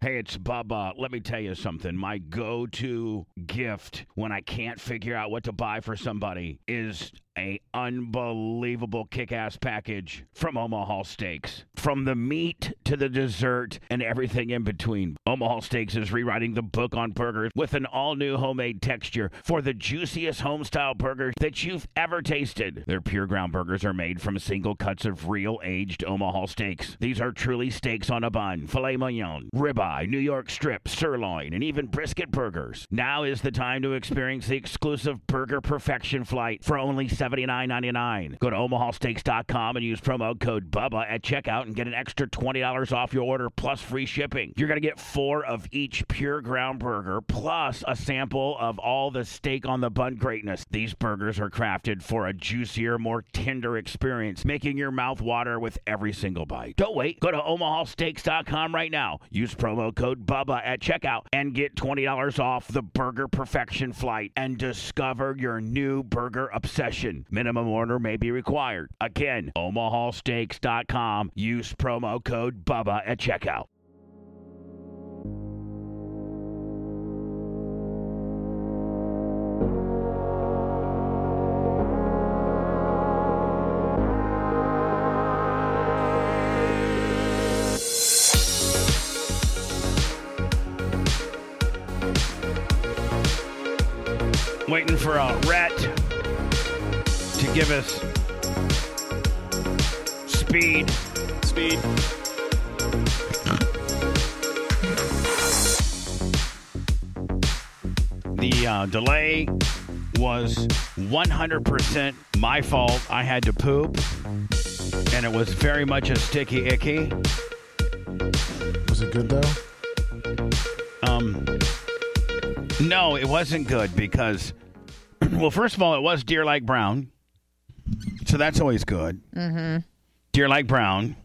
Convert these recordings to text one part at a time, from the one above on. Hey, it's Bubba. Let me tell you something. My go to gift when I can't figure out what to buy for somebody is a unbelievable kick-ass package from Omaha Steaks. From the meat to the dessert and everything in between. Omaha Steaks is rewriting the book on burgers with an all-new homemade texture for the juiciest home-style burger that you've ever tasted. Their pure ground burgers are made from single cuts of real aged Omaha steaks. These are truly steaks on a bun, filet mignon, ribeye, New York strip, sirloin, and even brisket burgers. Now is the time to experience the exclusive burger perfection flight for only $79.99. Go to omahasteaks.com and use promo code BUBBA at checkout and get an extra $20 off your order plus free shipping. You're going to get four of each pure ground burger plus a sample of all the steak on the bun greatness. These burgers are crafted for a juicier, more tender experience, making your mouth water with every single bite. Don't wait. Go to omahasteaks.com right now. Use promo code BUBBA at checkout and get $20 off the burger perfection flight and discover your new burger obsession. Minimum order may be required. Again, omahasteaks.com. Use promo code BUBBA at checkout. Waiting for a rat to give us speed. Speed. The uh, delay was 100% my fault. I had to poop, and it was very much a sticky icky. Was it good though? Um, no, it wasn't good because, well, first of all, it was Deer Like Brown, so that's always good. Mm-hmm. Deer Like Brown,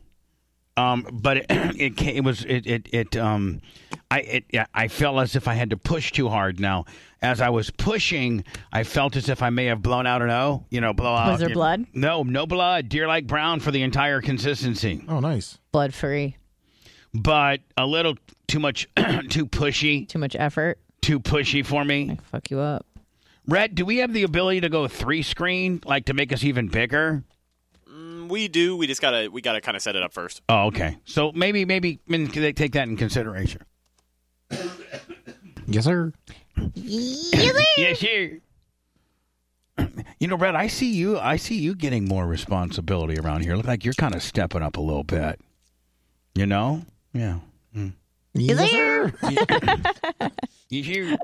um, but it it, ca- it was it it, it um, I it, yeah, I felt as if I had to push too hard. Now, as I was pushing, I felt as if I may have blown out an O. You know, blow out. Was there blood? No, no blood. Deer Like Brown for the entire consistency Oh, nice. Blood free. but a little too much, too pushy, Too much effort. too pushy for me. Like, fuck you up. Red, do we have the ability to go three screen, like to make us even bigger? Mm, We do. We just gotta. We gotta kind of set it up first. Oh, okay. So maybe, maybe I mean, can they take that in consideration. Yes, sir. Yes, sure. You know, Red, I see you. I see you getting more responsibility around here. Look like you're kind of stepping up a little bit. You know? Yeah. Mm. Yes, sir. You hear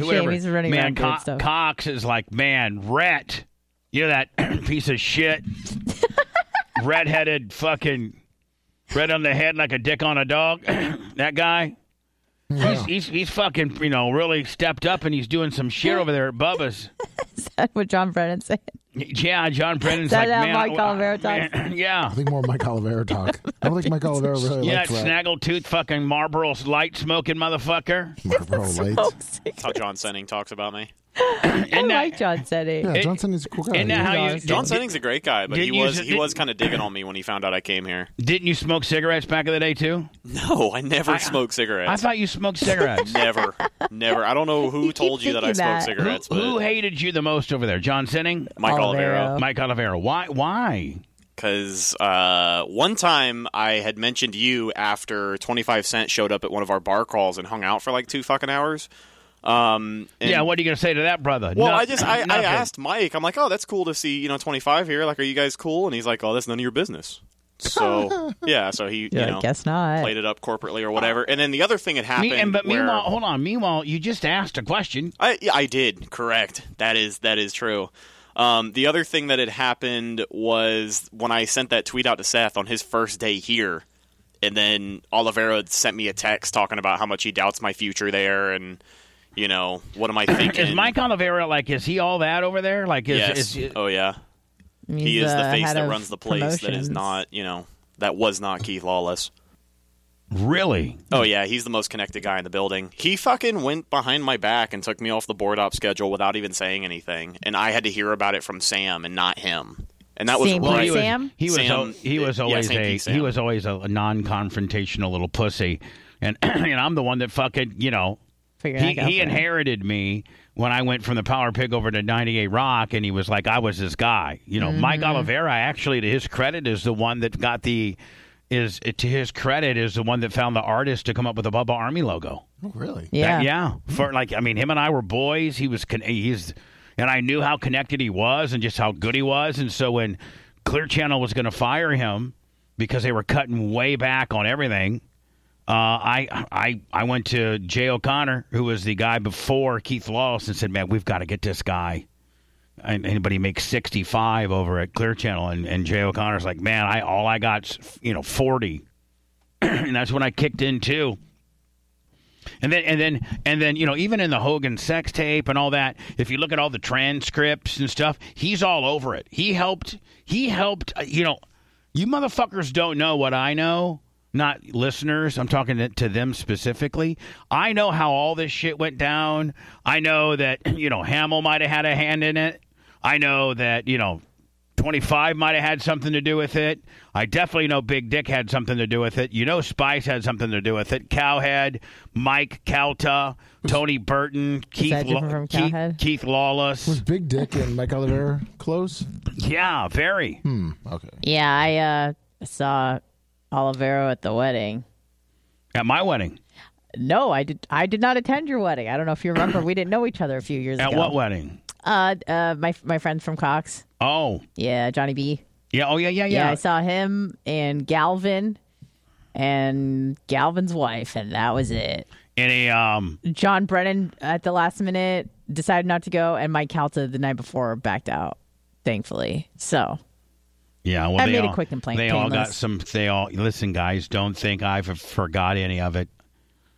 Shame he's running man, around doing Co- stuff. Cox is like, man, Rhett, you're that piece of shit, redheaded fucking, red on the head like a dick on a dog. that guy, he's, he's he's fucking, you know, really stepped up and he's doing some shit over there at Bubba's. Is that what John Brennan said? Yeah, John Brennan's Is that like, how man, Mike I- Olivero man, yeah. I think more Mike Olivero talk. I don't think Mike Olivero really You that liked that. snaggletooth fucking Marlboro light smoking motherfucker. Marlboro Lights. That's how John Senning talks about me. I that- like John Senning. Yeah, Johnson is a cool guy. Isn't that uh, how you, He's John did- Senning's a great guy, but did he you was s- he did- was kind of digging on me when he found out I came here. didn't you smoke cigarettes back in the day too? No, I never I- I smoked cigarettes. thought you smoked cigarettes. never, never. I don't know who keep told you that I thinking smoked that. cigarettes, who, who but hated you the most over there? John Sinning, Mike Olivero. Olivero. Mike Olivero. Why? Why? Because uh, one time I had mentioned you after 25 Cent showed up at one of our bar calls and hung out for like two fucking hours. Um, and- yeah. What are you gonna say to that brother? Well, No- I just I, I nothing. asked Mike. I'm like, oh, that's cool to see you know 25 here. Like, are you guys cool? And he's like, oh, that's none of your business. So yeah, so he You're you like, know guess not. played it up corporately or whatever. And then the other thing that happened, Me, and, but where- meanwhile, hold on. Meanwhile, you just asked a question. I yeah, I did correct. That is that is true. Um, the other thing that had happened was when I sent that tweet out to Seth on his first day here, and then Oliveira had sent me a text talking about how much he doubts my future there, and you know what am I thinking? Is Mike Oliveira like? Is he all that over there? Like, is, yes. is, oh yeah. He's He is the uh, face head that of runs the place. That is promotions. not you know that was not Keith Lawless. really? Oh yeah, he's the most connected guy in the building. He fucking went behind my back and took me off the board op schedule without even saying anything, and I had to hear about it from Sam and not him. And that was Same right. place, Sam? he was Sam- uh, al- he was yeah, always same a piece, Sam. he was always a non-confrontational little pussy, and and I'm the one that fucking you know Figure he, that out he for him. inherited me when I went from the Power Pig over to 98 Rock, and he was like, I was this guy. You know, Mike Mm-hmm. Oliveira, actually, to his credit, is the one that got the is to his credit is the one that found the artist to come up with the Bubba Army logo. Oh, really? Yeah. That- yeah. For like, I mean, him and I were boys. He was con- he's, and I knew how connected he was and just how good he was. And so when Clear Channel was going to fire him because they were cutting way back on everything, uh, I I I went to Jay O'Connor, who was the guy before Keith Lawless, and said, "Man, we've got to get this guy." And anybody makes sixty five over at Clear Channel, and, and Jay O'Connor's like, "Man, I all I got's you know forty, and that's when I kicked in too." And then, and then, and then, you know, even in the Hogan sex tape and all that, if you look at all the transcripts and stuff, he's all over it. He helped. He helped. uh, You know, you motherfuckers don't know what I know. Not listeners. I'm talking to- to them specifically. I know how all this shit went down. I know that you know Hamill might have had a hand in it. I know that you know 25 might have had something to do with it. I definitely know Big Dick had something to do with it. You know Spice had something to do with it. Cowhead, Mike Calta, Tony Burton, Keith, that different from Keith, Cowhead? Keith Lawless. Was Big Dick and Mike Oliver close? Yeah, very. Hmm. Okay. Yeah, I uh, saw Olivero at the wedding. At my wedding. No, I did. I did not attend your wedding. I don't know if you remember. we didn't know each other a few years At ago. what wedding? Uh, uh, my my friend from Cox. Oh, Yeah, Johnny B. yeah. Oh, yeah, yeah, Yeah, yeah. I saw him and Galvin, and Galvin's wife, and that was it. Any um John Brennan at the last minute decided not to go, and Mike Calta the night before backed out. Thankfully, so Yeah, well, I they made a all, quick complaint, They all got painless. some. They all listen, guys. Don't think I've forgot any of it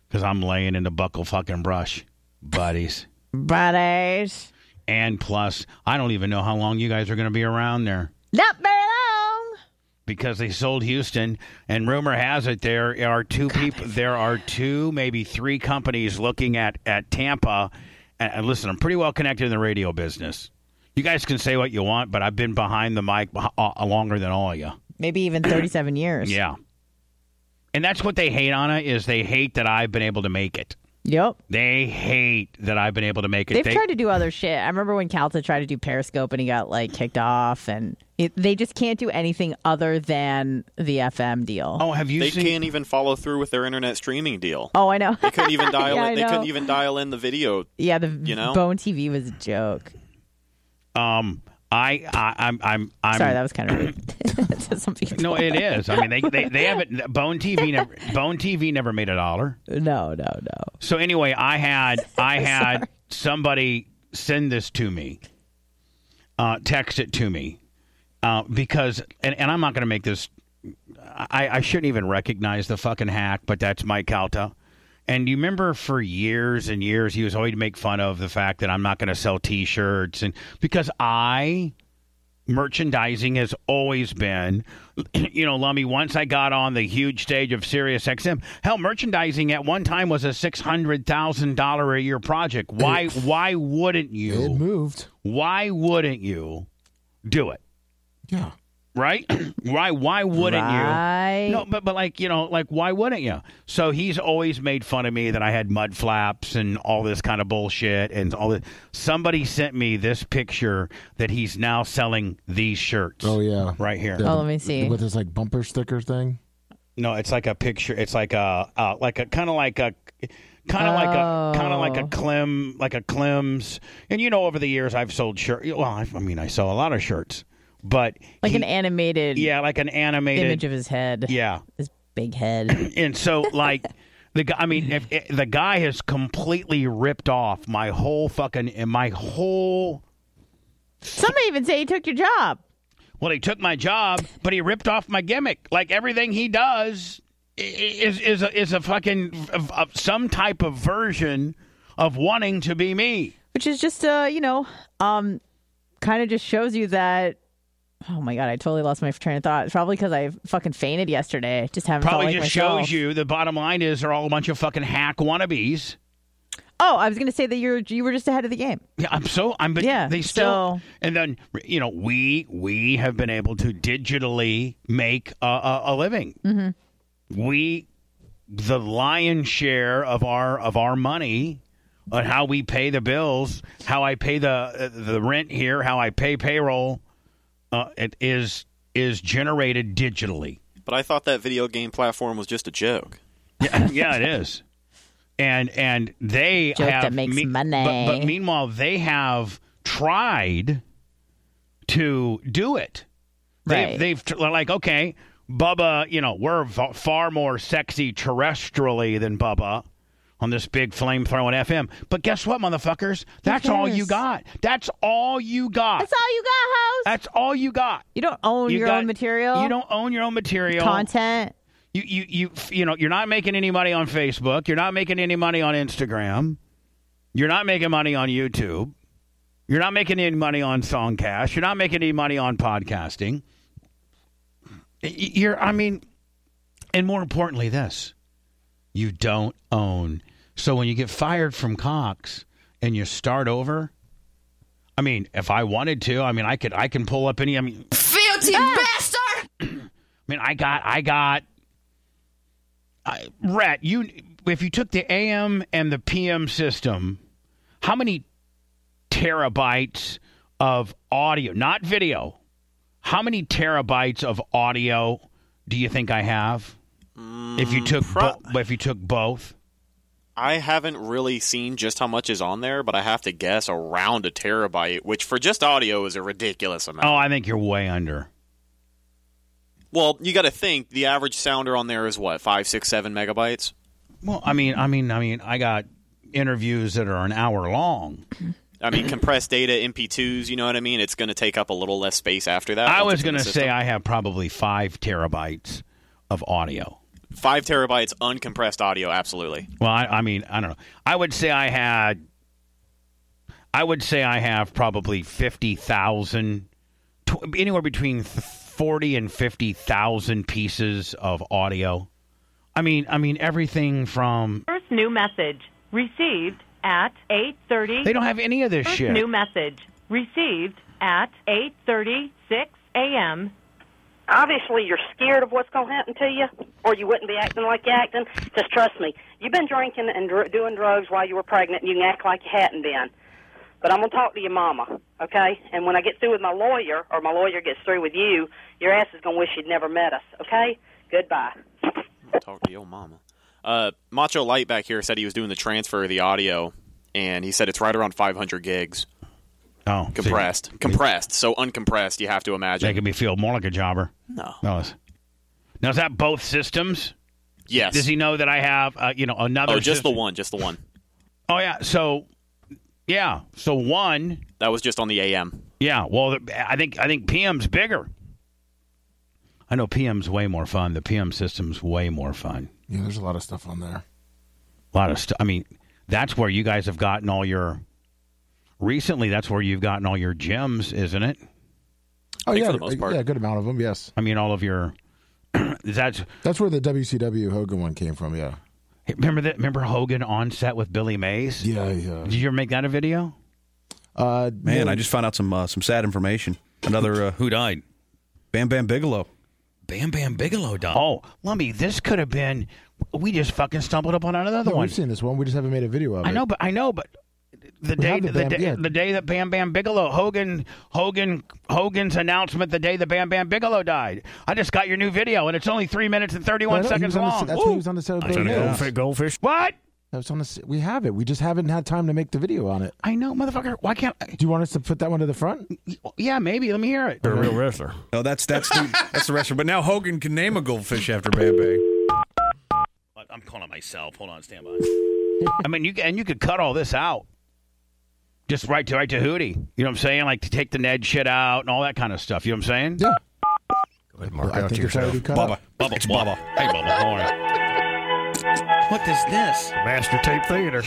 because I'm laying in the buckle fucking brush, buddies. buddies, and plus, I don't even know how long you guys are going to be around there not very long. because they sold Houston, and rumor has it there are two people. There are two, maybe three companies looking at at Tampa. And, and listen, I'm pretty well connected in the radio business. You guys can say what you want, but I've been behind the mic beh- uh, longer than all of you. Maybe even thirty-seven years. Yeah. And that's what they hate on it is they hate that I've been able to make it. Yep. They hate that I've been able to make it. They've They- tried to do other shit. I remember when Calta tried to do Periscope and he got like kicked off, and it, they just can't do anything other than the FM deal. oh, have you They seen? can't even follow through with their internet streaming deal. Oh, I know. They couldn't even dial. Yeah, I in, they know. couldn't even dial in the video. yeah, the you know? Bone TV was a joke. Um, I, I, I'm, I'm, I'm. Sorry, that was kind of rude. to some people. no, it is. I mean, they, they, they haven't. Bone TV never. Bone TV never made a dollar. no, no, no. So anyway, I had I had somebody send this to me, uh, text it to me, uh, because and, and I'm not going to make this. I, I shouldn't even recognize the fucking hack, but that's Mike Calta. And you remember for years and years, he was always make fun of the fact that I'm not going to sell T-shirts, and because I merchandising has always been, you know, Lummy, once I got on the huge stage of Sirius XM, hell, merchandising at one time was a $600,000 a year project. Why, why wouldn't It you, moved. why wouldn't you do it? Yeah. Right? why, why wouldn't you? right? No, but but like you know, like why wouldn't you? So he's always made fun of me that I had mud flaps and all this kind of bullshit and all this. Somebody sent me this picture that he's now selling these shirts Oh yeah. right here. Yeah, Oh, the- let me see. With this like bumper sticker thing. No, it's like a picture. It's like a uh, like a kind of like a kind of like a kind of like Oh. a Clem like a Clem's. And you know, over the years, I've sold shirts. Well, I, I mean, I sell a lot of shirts. but Like he- an animated yeah, like an animated image of his head. yeah. His big head. And so like the guy I mean if, if the guy has completely ripped off my whole fucking and my whole Some may even say he took your job. well he took my job but he ripped off my gimmick. Like everything he does i- i- is is a, is a fucking of, of some type of version of wanting to be me. Which is just uh, you know, um kind of just shows you that Oh my god, I totally lost my train of thought. It's probably because I fucking fainted yesterday. Just haven't felt Probably like just myself. shows you the bottom line is they're all a bunch of fucking hack wannabes. Oh, I was gonna say that you're you were just ahead of the game. Yeah, I'm so I'm but Yeah, they still so- and then you know we we have been able to digitally make a, a, a living. Mm-hmm. We the lion's share of our of our money on how we pay the bills, how I pay the uh, the rent here, how I pay payroll, uh, it is is generated digitally. But I thought that video game platform was just a joke. Yeah, yeah, it is. And and they Joke have that makes money. But, but meanwhile, they have tried to do it. They, Right. They've tr- like okay, Bubba. You know, we're v- far more sexy terrestrially than Bubba on this big flame throwing FM. But guess what, motherfuckers? That's all you cares? got. That's all you got. That's all you got, house. That's all you got. You don't own You your got- own material. You don't own your own material content. you you you you know you're not making any money on Facebook. You're not making any money on Instagram. You're not making money on YouTube. You're not making any money on Songcast. You're not making any money on podcasting. Y- You're I mean, and more importantly, this you don't own. So when you get fired from Cox and you start over. I mean, if I wanted to, I mean, I could, I can pull up any. I mean, Filthy Ah. bastard! I mean, I got, I got, I, Rhett, you, if you took the AM and the PM system, how many terabytes of audio, not video, how many terabytes of audio do you think I have? if Mm, you took, pro- bo- if you took both, I haven't really seen just how much is on there, but I have to guess around a terabyte, which for just audio is a ridiculous amount. oh, I think you're way under. Well, you got to think the average sounder on there is what five, six, seven megabytes. Well, I mean, I mean, I mean, I got interviews that are an hour long. I mean, compressed data, MP2s. You know what I mean? It's going to take up a little less space after that. I once was it's in going to the say system. I have probably five terabytes of audio. five terabytes uncompressed audio. Absolutely. Well, I, I mean, I don't know. I would say I had, I would say I have probably fifty thousand, tw- anywhere between th- forty and fifty thousand pieces of audio. I mean, I mean everything from First new message received at 8:30. they don't have any of this First shit. new message received at 8:36 a.m. obviously you're scared of what's going to happen to you, or you wouldn't be acting like you're acting. Because trust me, you've been drinking and dr- doing drugs while you were pregnant, and you can act like you hadn't been. But I'm going to talk to your mama, okay? And when I get through with my lawyer, or my lawyer gets through with you, your ass is going to wish you'd never met us, okay? Goodbye. Talk to your mama. Uh, Macho Light back here said he was doing the transfer of the audio, and he said it's right around 500 gigs oh, see, compressed. compressed. So uncompressed, you have to imagine. making me feel more like a jobber. no. No. it's- Now is that both systems? Yes. Does he know that I have, uh, you know, another? oh, just the system? one. Just the one. Oh yeah. So, yeah. So one That was just on the AM. Yeah, well, th- I think I think PM's bigger. I know PM's way more fun. The PM system's way more fun. Yeah, there's a lot of stuff on there. A lot of stuff. I mean, that's where you guys have gotten all your. Recently, that's where you've gotten all your gems, isn't it? Oh Think yeah, for the most part. yeah, a good amount of them. Yes, I mean, all of your. that's that's where the WCW Hogan one came from. Yeah, hey, remember that. Remember Hogan on set with Billy Mays. yeah, yeah. Did you ever make that a video? Uh, Man, I just found out some uh, some sad information. Another uh, Who died? Bam Bam Bigelow. Bam Bam Bigelow died. Oh, Lummy, this could have been. We just fucking stumbled upon another no, one. we've seen this one. We just haven't made a video of it. I know, but I know, but We the day have the, the Bam- day, yeah. the day that Bam Bam Bigelow Hogan Hogan Hogan's announcement the day that Bam Bam Bigelow died. I just got your new video and it's only three minutes and thirty No, I one know, he was seconds on the- long. that's Ooh. when he was on the set of Billy Mays. goldfish. what? That was on the. s- We have it. We just haven't had time to make the video on it. I know, motherfucker. Why can't? I, Do you want us to put that one to the front? yeah, maybe. Let me hear it. They're a real wrestler. No, that's that's the that's the restaurant. But now Hogan can name a goldfish after Bam Bam. I'm calling myself. Hold on, stand by. I mean, you and you could cut all this out. Just right to right to Hootie. You know what I'm saying? Like to take the Ned shit out and all that kind of stuff. You know what I'm saying? Yeah. Go ahead, mark I out think it's yourself. already cut. Bubba, out. Bubba, It's Bubba. Bubba. Hey, Bubba. How are you? What is this? Master Tape Theater.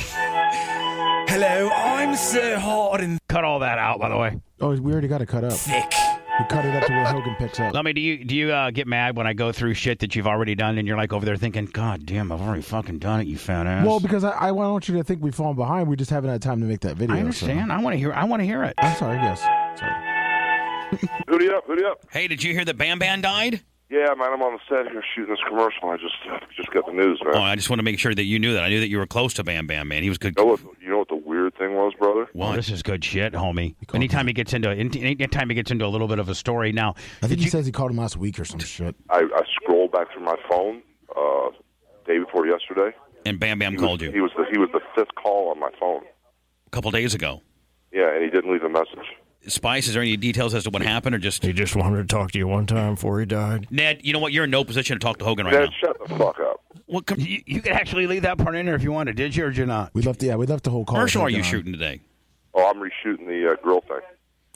Hello, I'm so hard and Cut all that out, by the way. Oh, we already got it cut up. thick. We cut it up to where Hogan picks up. Let me. Do you do you uh, get mad when I go through shit that you've already done and you're like over there thinking, God damn, I've already fucking done it, you fat ass. Well, because I, I want you to think we've fallen behind. We just haven't had time to make that video. I understand. I want to hear. I want to hear it. So. I'm sorry. Yes. Sorry. Hooty up, hooty up. Hey, did you hear that Bam Bam died? Yeah, man, I'm on the set here shooting this commercial. I just uh, just got the news, man. Oh, I just want to make sure that you knew that. I knew that you were close to Bam Bam, man. He was good. You know what? You know what the weird thing was, brother? Well, this is good shit, homie. called Anytime he gets into any- anytime he gets into a little bit of a story now, I think did he you- says he called him last week or some shit. I, I scrolled back through my phone uh, day before yesterday. and Bam Bam He called was, you He was the he was the fifth call on my phone. a couple days ago. Yeah, and he didn't leave a message. Spice, is there any details as to what happened, or just He just wanted to talk to you one time before he died. Ned? You know what? You're in no position to talk to Hogan right Dad, now. shut the fuck up. Well, come, you, you could actually leave that part in there if you wanted. Did you or did you not? We left. Yeah, we left the whole call. Marshall, are you uh, Hogan on. shooting today? Oh, I'm reshooting the uh, grill thing.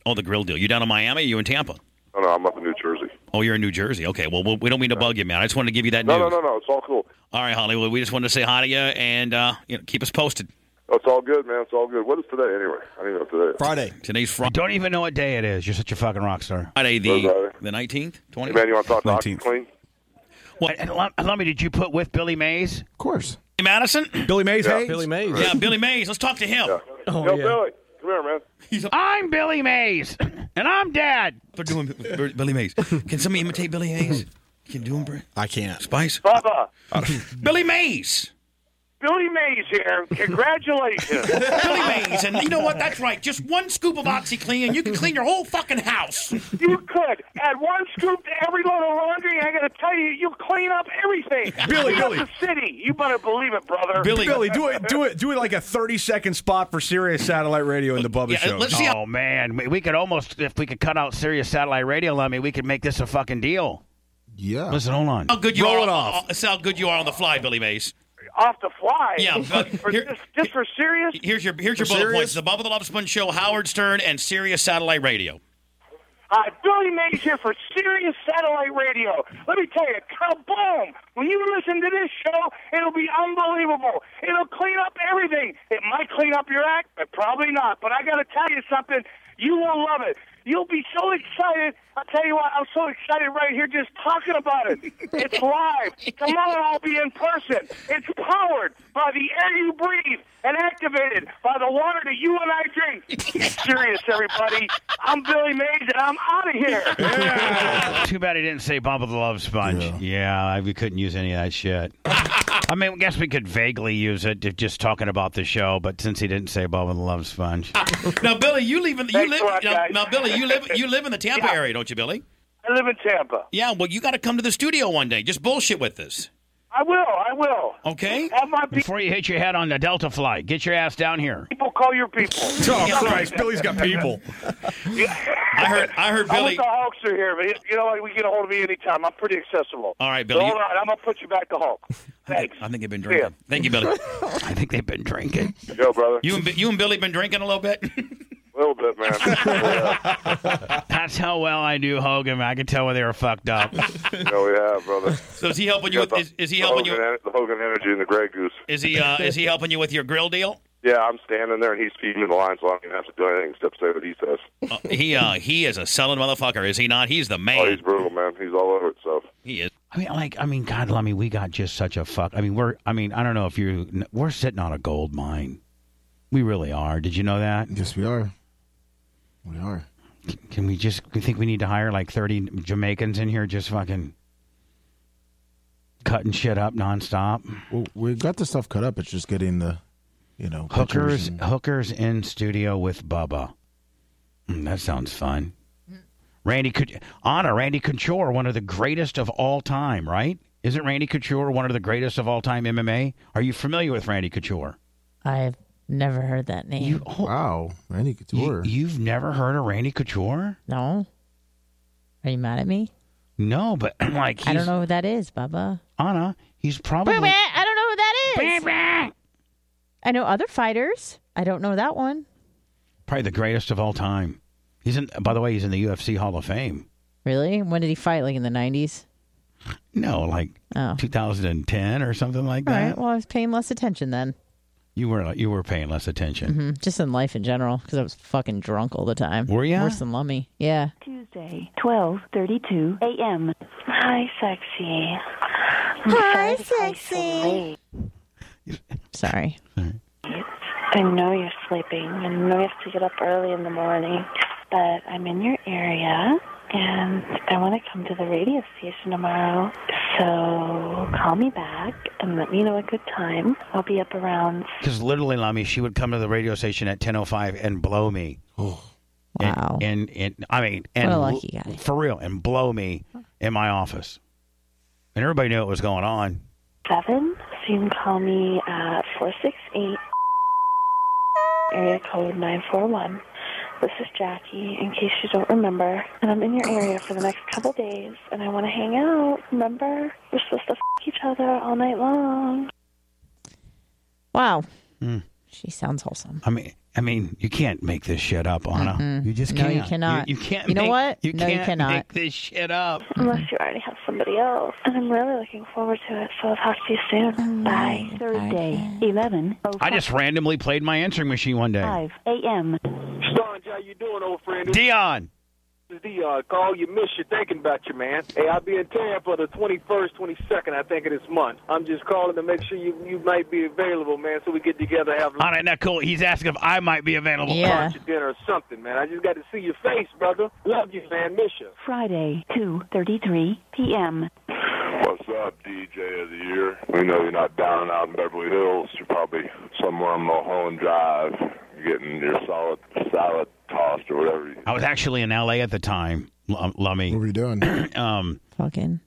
Oh, the grill deal. You down in Miami? You in Tampa? No, no, I'm up in New Jersey. Oh, you're in New Jersey. Okay. Well, we we don't mean to bug you, man. I just wanted to give you that No, news. no, no, no. It's all cool. All right, Hollywood. We just wanted to say hi to you and uh, you know keep us posted. Oh, it's all good, man. It's all good. What is today anyway? I don't even know what today. is. Friday. Today's Friday, Don't even know what day it is. You're such a fucking rock star. the Friday. the nineteenth, Hey, twentieth. man, you want to talk to 19th. OxyClean? Well, and Lummy, Lummy, did you put with Billy Mays? Of course. Madison? Billy Mays. Hayes? Billy Mays. Yeah, Billy Mays. Let's talk to him. Oh, Yo, yeah. Billy, come here, man. I'm Billy Mays, and I'm Dad. They're doing B- Billy Mays. Can somebody imitate Billy Mays? Can you do him, Brett? I can't. Spice. Bubba, Billy Mays. Billy Mays here. Congratulations. Billy Mays. And you know what? That's right. Just one scoop of OxyClean, and you can clean your whole fucking house. You could add one scoop to every load of laundry. I got to tell you, you'll clean up everything. Billy, clean Billy. up the city. You better believe it, brother. Billy. uh, Billy, do it, do it, do it like a thirty-second spot for Sirius Satellite Radio in the Bubba Yeah, Show. let's see. How- oh man, we, we could almost if we could cut out Sirius satellite radio, Lummy, we could make this a fucking deal. Yeah. Listen, hold on. How good you Roll are it off. uh, see how good you are on the fly, Billy Mays. Off the fly. Yeah, but For- here- just, just for serious. Here's your here's your bullet serious? points: the Bubba the Love Sponge Show, Howard Stern, and Sirius Satellite Radio. Uh, Billy Mays here for Sirius Satellite Radio. Let me tell you, kaboom! When you listen to this show, it'll be unbelievable. It'll clean up everything. It might clean up your act, but probably not. But I got to tell you something, you will love it. You'll be so excited. I'll tell you what, I'm so excited right here just talking about it. It's live. Tomorrow I'll be in person. It's powered by the air you breathe and activated by the water that you and I drink. It's serious, everybody. I'm Billy Mays, and I'm out of here. Too bad he didn't say Bubba the Love Sponge. Yeah, I- we couldn't use any of that shit. I mean, I guess we could vaguely use it if just talking about the show, but since he didn't say Bubba the Love Sponge, now, Billy, you leave in the, Thanks live- a lot, now- guys. now, Billy, you live you live in the Tampa area, don't you, Billy? I live in Tampa. Yeah, well, you got to come to the studio one day. Just bullshit with this, I will. I will. okay? Have my people Before you hit your head on the Delta flight, get your ass down here. call your people. Oh Christ, Billy's got people. I heard, I heard I wish Billy. the Hawks are here, but you know what? We get a hold of me anytime. I'm pretty accessible. All right, Billy, So, all you- right, I'm gonna put you back to Hulk. Thanks. I think they've been ya. drinking. Thank you, Billy. I think they've been drinking. Yo, brother. You and Bi- you and Billy been drinking a little bit. A little bit, man. yeah, That's how well I knew Hogan. I could tell when they were fucked up. no, Oh, yeah, brother. So is he helping you? With, is, is he helping you? The Hogan Energy and the Grey Goose. Is he uh, is he helping you with your grill deal? Yeah, I'm standing there, and he's feeding me the line, so I don't even have to do anything except say what he says. Uh, he uh, he is a selling motherfucker, is he not? He's the Oh, he's man. brutal, man. He's all over it, so. He is. I mean, like, I mean, God, I mean, we got just such a fuck. I mean, we're, I mean, I don't know if you, we're sitting on a gold mine. We really are. Did you know that? Yes, we are. We are. Can we just? You think we need to hire like thirty Jamaicans in here, just fucking cutting shit up nonstop? Well, we got the stuff cut up. It's just getting the, you know, pictures Hookers, and- hookers in studio with Bubba. Mm, that sounds fun. Randy could honor Randy Couture, one of the greatest of all time, right? Isn't Randy Couture one of the greatest of all time MMA? Are you familiar with Randy Couture? I've never heard that name. wow, Randy Couture. You, have never heard of Randy Couture? No. Are you mad at me? No, but like he's, I don't know who that is, Bubba. Anna, he's probably I don't know who that is. I know other fighters. I don't know that one. probably the greatest of all time. He's in. By the way, he's in the UFC Hall of Fame. Really? When did he fight? Like in the nineties? No, like Oh. 2010 or something like All that. right. Well, I was paying less attention then. You were you were paying less attention. hmm Just in life in general, because I was fucking drunk all the time. Were ya? Worse than Lummy. Yeah. Tuesday, 12:32 a.m. Hi, sexy. Hi, sexy. Sorry. I know you're sleeping. I know you have to get up early in the morning, but I'm in your area and I want to come to the radio station tomorrow. So call me back and let me know a good time. I'll be up around Because literally, Lami, she would come to the radio station at 10.05 and blow me. Wow. And, and, and- I mean, and What a lucky guy. for real, and blow me in my office. And everybody knew what was going on. seven. So you can call me at four six eight area code nine four one. This is Jackie, in case you don't remember, and I'm in your area for the next couple days, and I want to hang out. Remember, we're supposed to f- each other all night long. Wow. Mm. She sounds wholesome. I mean, I mean, you can't make this shit up, Anna. You just No, can't. you cannot. You, can't. You know make- what? You No, you can't cannot. Make this shit up. Unless you already have somebody else, and I'm really looking forward to it. So I'll talk to you Mm, soon. Bye. Thursday, eleven oh I just randomly played my answering machine one day. a.m. Starnes, how you doing, old friend? Dion. This is Dion. Call you, miss you, thinking about you, man. Hey, I'll be in Tampa the 21st, 22nd, I think, of this month. I'm just calling to make sure you, you might be available, man, so we get together, have lunch, Anna, not cool. He's asking if I might be available. or dinner, or something, man. I just got to see your face, brother. Love you, man. Miss you. Friday, two thirty-three p.m. What's up, DJ of the year? We know you're not down and out in Beverly Hills. You're probably somewhere on Mulholland Drive getting your solid salad tossed or whatever. I was actually in L.A. at the time, L- um, Lummy. What were you doing? um, Fucking.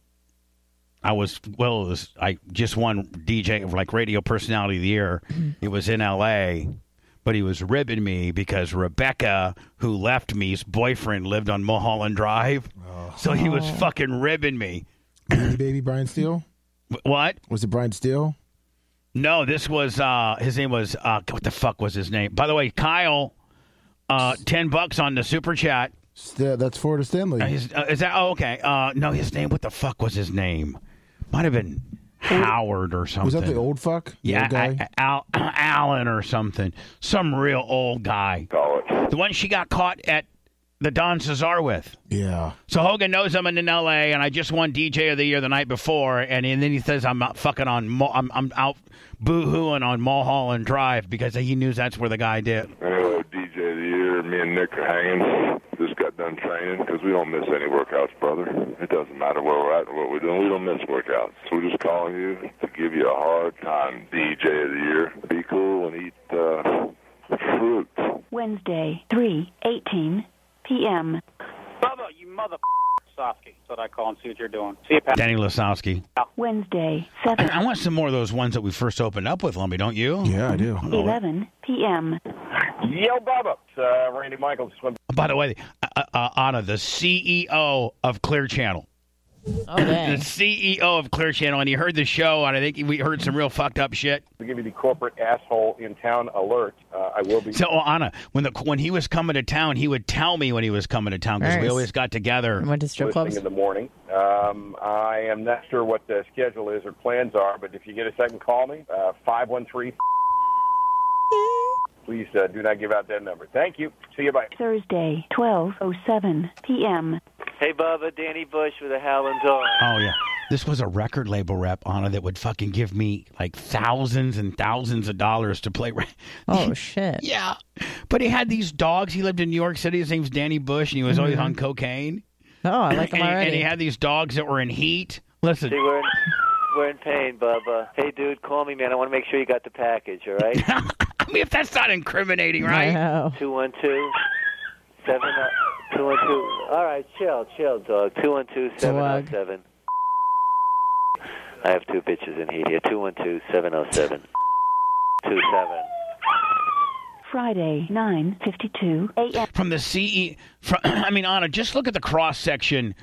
I was well. It was, I just won DJ like radio personality of the year. it was in L.A., but he was ribbing me because Rebecca, who left me's boyfriend, lived on Mulholland Drive, so he was fucking ribbing me. Baby, baby Brian Steele? What? Was it Brian Steele? No, this was uh his name was uh what the fuck was his name? By the way, Kyle, uh, ten bucks on the super chat. St- that's Florida Stanley. Uh, his- uh, is that? Oh, okay. Uh, no, his name. What the fuck was his name? Might have been Howard or something. Was that the old fuck? The Yeah, old guy? I- I- Al, Allen or something. Some real old guy. The one she got caught at the Don Cesar with. yeah. So Hogan knows I'm in L.A. and I just won DJ of the year the night before, and, and then he says I'm out fucking on, Mo- I'm, I'm out boo-hooing on Mulholland Drive because he knew that's where the guy did. Anyway, DJ of the year, me and Nick are hanging. Just got done training because we don't miss any workouts, brother. It doesn't matter where we're at or what we're doing. We don't miss workouts. So we're just calling you to give you a hard time, DJ of the year. Be cool and eat uh, fruit. Wednesday, three eighteen p.m. Bubba, you mother Sofsky. That's what I call and see what you're doing. See you, pal. Danny Lasowski. Wednesday, seven I want some more of those ones that we first opened up with, Lumby, don't you? Yeah, I do. eleven p.m. Yo, Bubba. It's uh, Randy Michaels. By the way, uh, uh, Anna, the CEO of Clear Channel. Okay. The CEO of Clear Channel, and he heard the show, and I think we heard some real fucked up shit. To give you the corporate asshole in town alert, uh, I will be. So oh, Anna, when the when he was coming to town, he would tell me when he was coming to town because we Nice. always got together. listening in the morning. Um, I am not sure what the schedule is or plans are, but if you get a second, call me uh, five one three. Please uh, do not give out that number. Thank you. See you. Bye. Thursday, twelve oh seven p.m. Hey, Bubba, Danny Bush with the Howlin' Dog. Oh yeah, this was a record label rep, Anna, that would fucking give me like thousands and thousands of dollars to play. Oh shit. yeah, but he had these dogs. He lived in New York City. His name's Danny Bush, and he was always Mhm. on cocaine. Oh, I like him and, he- already. And he had these dogs that were in heat. Listen, See, we're in, we're in pain, Bubba. Hey, dude, call me, man. I want to make sure you got the package, all right? I mean, if that's not incriminating, right? 212 7 All right, chill, chill, dog. 212 707. I have two bitches in heat here. Two one two seven zero seven two seven. Friday, 9:52 a.m. From the CE from I mean Anna, just look at the cross section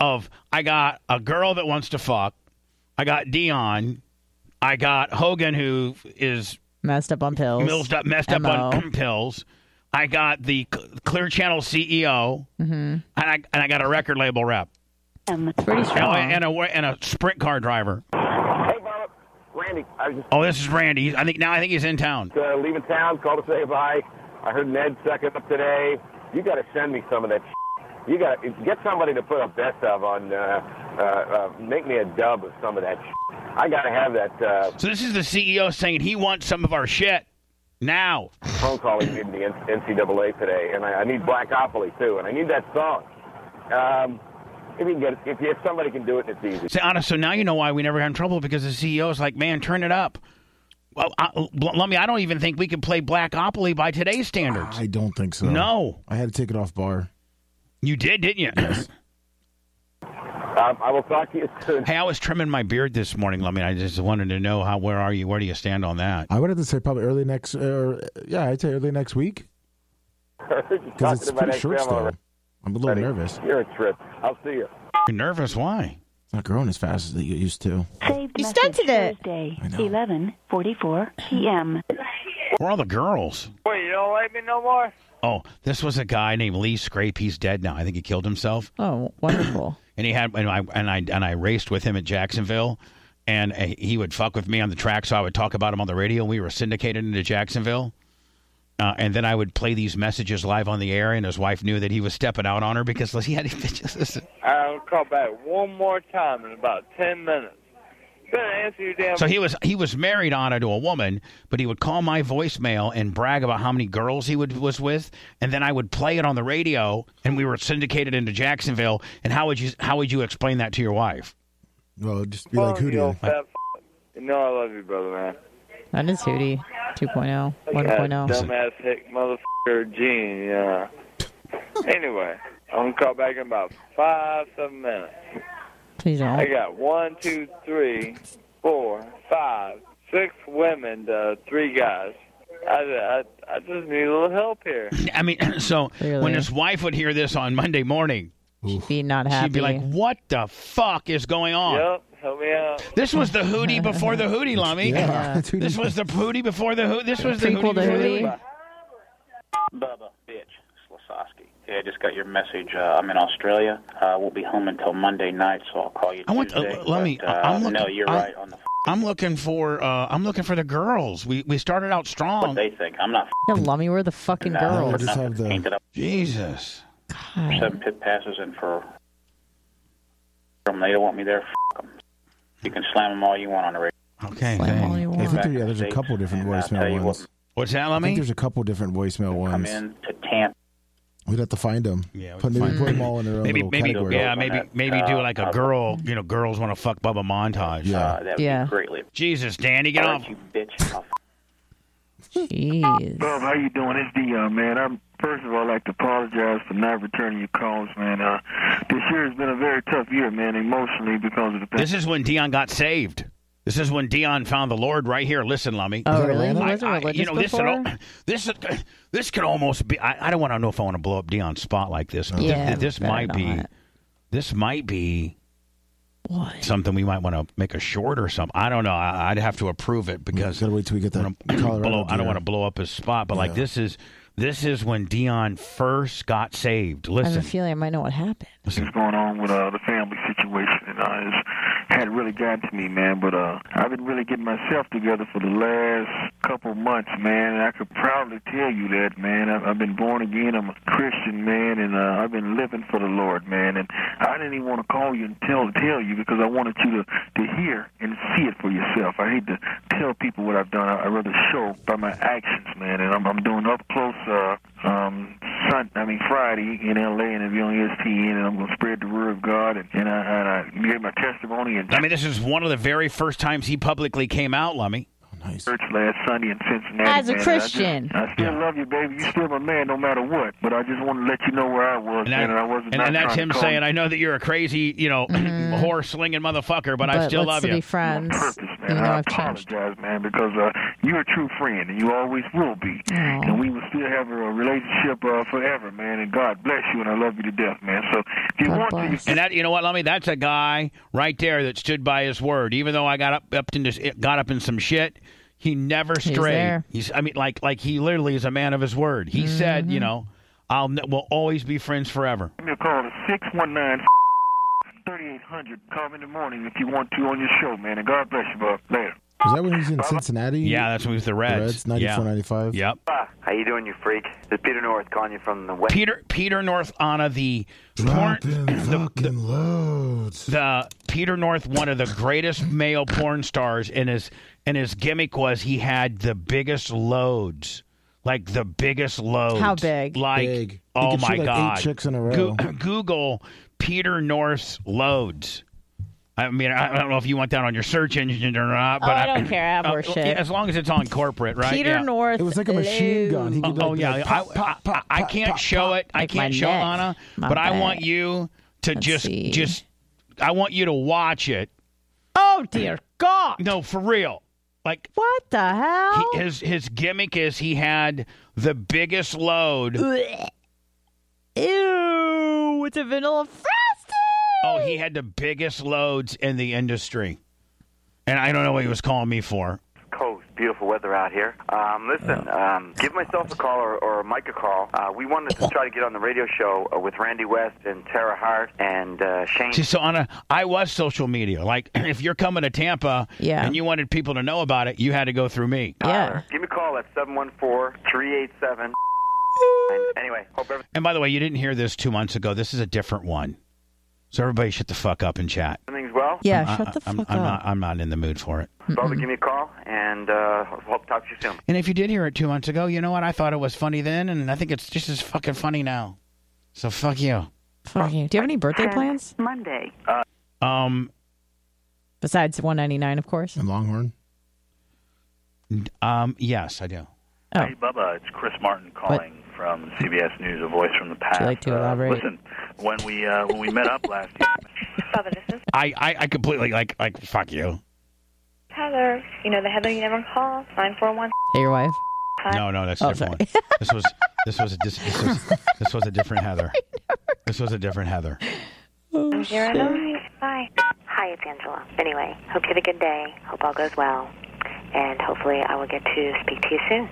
of I got a girl that wants to fuck. I got Dion. I got Hogan who is messed up on pills. messed up, messed up on pills. I got the C- Clear Channel CEO Mm-hmm. and I and I got a record label rep. Um, pretty strong. And a, and a and a sprint car driver. Randy, I was just Oh, this is Randy. I think now I think he's in town. uh, leaving town, called to say bye. I heard Ned sucking up today. You got to send me some of that. You got to get somebody to put a best of on. Uh, uh, uh, make me a dub of some of that. I got to have that uh, So this is the CEO saying he wants some of our shit now. phone call he made to the N- NCAA today, and I, I need Blackopoly too, and I need that song. Um, if you can get, it- if, if somebody can do it, it's easy. Say, honest, so now you know why we never got in trouble because the CEO is like, man, turn it up. Well, I, l- Lummy, I don't even think we could play Blackopoly by today's standards. I don't think so. No. I had to take it off bar. You did, didn't you? Um, I will talk to you soon. Hey, I was trimming my beard this morning, Lummy. I just wanted to know how. Where are you? Where do you stand on that? I would have to say probably early next, uh, or yeah, I'd say early next week because it's pretty short still. I'm a little nervous. You're a trip. I'll see you. You're nervous? Why? It's not growing as fast as it used to. Saved you stunted it. Thursday, 11:44 p.m. Where are all the girls? Wait, you don't like me no more? Oh, this was a guy named Lee Scrape. He's dead now. I think he killed himself. Oh, wonderful. and he had and I and I and I raced with him at Jacksonville, and uh, he would fuck with me on the track, so I would talk about him on the radio. We were syndicated into Jacksonville, uh, and then I would play these messages live on the air, and his wife knew that he was stepping out on her because he had bitches. I'll call back one more time in about ten minutes. Better answer your damn. So he was he was married Anna to a woman, but he would call my voicemail and brag about how many girls he would was with, and then I would play it on the radio, and we were syndicated into Jacksonville. And how would you how would you explain that to your wife? Well, just be like, who do you? Fat f- you know I love you, brother man. That is Hootie oh, 2.0, Look at that 1.0. Dumbass hick motherfucker Gene. Yeah. anyway, I'm gonna call back in about five seven minutes. Please don't. Oh. I got one, two, three, four, five, six women to three guys. I, I, I just need a little help here. I mean, so when his wife would hear this on Monday morning, she'd be not She'd be happy. like, "What the fuck is going on?" Yep, help me out. This was the hootie before the hootie, Lummy. Yeah. This was the hootie before the hootie. This was the Prequel hootie to before the Hootie. hootie. Bubba, bitch, it's Lasoski. Hey, I just got your message. Uh, I'm in Australia. Uh, we'll be home until Monday night, so I'll call you I want- Tuesday. uh, let me- But, I- uh, I'm looking- no, you're I- right on the. F- I'm looking for. Uh, I'm looking for the girls. We we started out what strong. they think. I'm not. Yeah, Lummy, we're the fucking Nah, girls. just have the- Ain't it up. Jesus. f- seven pit passes in for. From they don't want me there. F- 'em. You can slam them all you want on the radio. Okay. I think there, yeah, there's a couple uh, different tell you voicemail what- ones. What's that, I think Lummy? there's a couple different voicemail Come ones. in to Tampa. We'd have to find them. Yeah, put, maybe put them all in their own Maybe little maybe category. yeah maybe maybe do like a girl. You know, girls want to fuck Bubba montage. Yeah. Uh, that would Yeah. be greatly. Jesus, Danny, get All off. right, You bitch. I'll Jeez. Bob, how you doing? It's Dion, man. I'm first of all, I'd like to apologize for not returning your calls, man. Uh, this year has been a very tough year, man, emotionally because of the This is when Dion got saved. This is when Dion found the Lord right here. Listen, Lummy. Oh, Was that really? Atlanta? I- Was it I- you religious know, this before? could, al- this is- this could almost be. I, I don't want to know if I want to blow up Dion's spot like this. But Yeah, this, this better might be. not. This might be. Something we might want to make a short or something. I don't know. I, I'd have to approve it because gotta wait till we get that Colorado blow, I don't deer. want to blow up his spot, but like Yeah. this is this is when Dion first got saved. I have Listen, a feeling I might know what happened. what's going on with uh, the family situation, and uh, it's had really gotten to me, man. But uh, I've been really getting myself together for the last couple months, man. And I could proudly tell you that, man. I've, I've been born again. I'm a Christian, man, and uh, I've been living for the Lord, man. And I didn't even want to call you and tell tell you because I wanted you to to hear and see it for yourself. I hate to tell people what I've done. I, I'd rather show by my actions, man. And I'm, I'm doing up close. Uh, um, Sun, I mean Friday in L.A. and it'll be on E ESPN, and I'm going to spread the word of God and, and, I, and I give my testimony and I mean, this is one of the very first times he publicly came out, Lummy. church last Sunday in Cincinnati. As a man, and I Christian. just- I, still love you, baby. You still my man, no matter what. But I just want to let you know where I was, man. and I wasn't. and, not and that's trying to him call saying, "I know that you're a crazy, you know, horse slinging motherfucker, but, I But still let's love you." be friends. you, man. I apologize, man, because uh, you're a true friend, and you always will be. And we will still have a relationship uh, forever, man. And God bless you, and I love you to death, man. So if you want to, you And that, you know what, Lummy? That's a guy right there that stood by his word. Even though I got up, up into, got up in some shit, he never strayed. there. He's, I mean, like, like he literally is a man of his word. He said, you know, I'll, ne- we'll always be friends forever. Give me a call at 619 3800. Call me in the morning if you want to on your show, man. And God bless you, bub. Later. Was that when he was in Cincinnati? Yeah, that's when he was the Reds, Reds. 94, Yeah. 95. Yep. Ah, How you doing, you freak? This is Peter North calling you from the west. Peter, Peter North Anna, the porn, the, the, the Peter North, one of the greatest male porn stars, and his and his gimmick was he had the biggest loads, like the biggest loads. How big? Like Big. He oh could my shoot, like, eight god, chicks in a Goo- row. Google Peter North's loads. I mean, I I don't know if you want that on your search engine or not, Oh, but I don't care. I have Uh, worse yeah, shit. As long as it's on corporate, right? Peter Yeah. North. It was like a machine gun. He Oh, oh, yeah, I, I, I can't show it. I Like my can't show neck. Anna, My but I back. want you to just just. I want you to watch it. Oh dear God! No, for real. Like what the hell? his his gimmick is he had the biggest load. Ew! It's a vanilla frosting. Oh, he had the biggest loads in the industry, and I don't know what he was calling me for. Coast. Beautiful weather out here. Um, listen, um, give myself a call or, or Mike a call. Uh, we wanted to try to get on the radio show uh, with Randy West and Tara Hart and uh, Shane. See, so Anna, I was social media. Like, if you're coming to Tampa Yeah. and you wanted people to know about it, you had to go through me. Tyler. Give me a call at 714-387. Anyway, hope everything And by the way, you didn't hear this two months ago. This is a different one. So everybody shut the fuck up and chat. Everything's well? I'm- I- I'm, I'm Not, I'm not in the mood for it. Bubba, give me a call, and uh, hope to talk to you soon. And if you did hear it two months ago, you know what? I thought it was funny then, and I think it's just as fucking funny now. So fuck you. Fuck you. Do you have any birthday Since plans? Monday. Um, Besides 199, of course. And Longhorn. um, yes, I do. Hey, Bubba, it's Chris Martin calling from CBS News, a voice from the past. like to Uh, elaborate? listen, when we uh, when we met up last year, I, I, I completely like like fuck you. Heather, you know the Heather you never call. Nine four one. Hey, your wife. No, no, that's Oh, a different sorry. one. This was this was a dis- this was this was a different Heather. This was a different Heather. Zero nine. Bye. Hi, it's Angela. Anyway, hope you have a good day. Hope all goes well. And hopefully I will get to speak to you soon.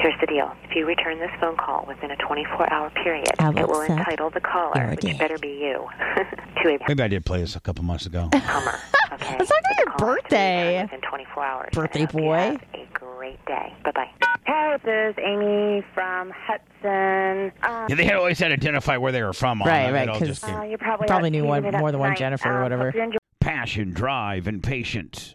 Here's the deal. If you return this phone call within a 24-hour period, I will it will accept entitle the caller, your which better be you, to a Maybe I did play this a couple months ago. Hummer. Okay? It's not your birthday. Within 24 hours. Birthday boy. Great day. Bye-bye. Hey, this is Amy from Hudson. Um, Yeah, they had always had to identify where they were from. on Right, it. right, It all 'cause- just came- uh, you probably Probably out knew one cleaning it more up than one tonight. Jennifer or Um, whatever. hope you enjoy- Passion, drive, and patience.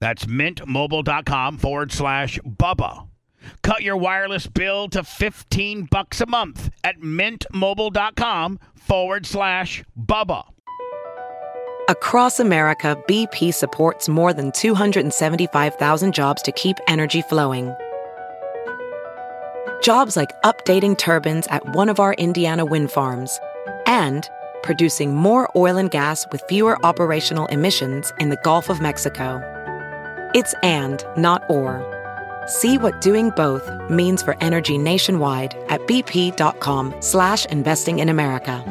That's mintmobile.com forward slash Bubba. Cut your wireless bill to 15 bucks a month at mintmobile.com forward slash Bubba. Across America, BP supports more than 275,000 jobs to keep energy flowing. Jobs like updating turbines at one of our Indiana wind farms and producing more oil and gas with fewer operational emissions in the Gulf of Mexico. It's and, not or. See what doing both means for energy nationwide at bp.com slash investing in America.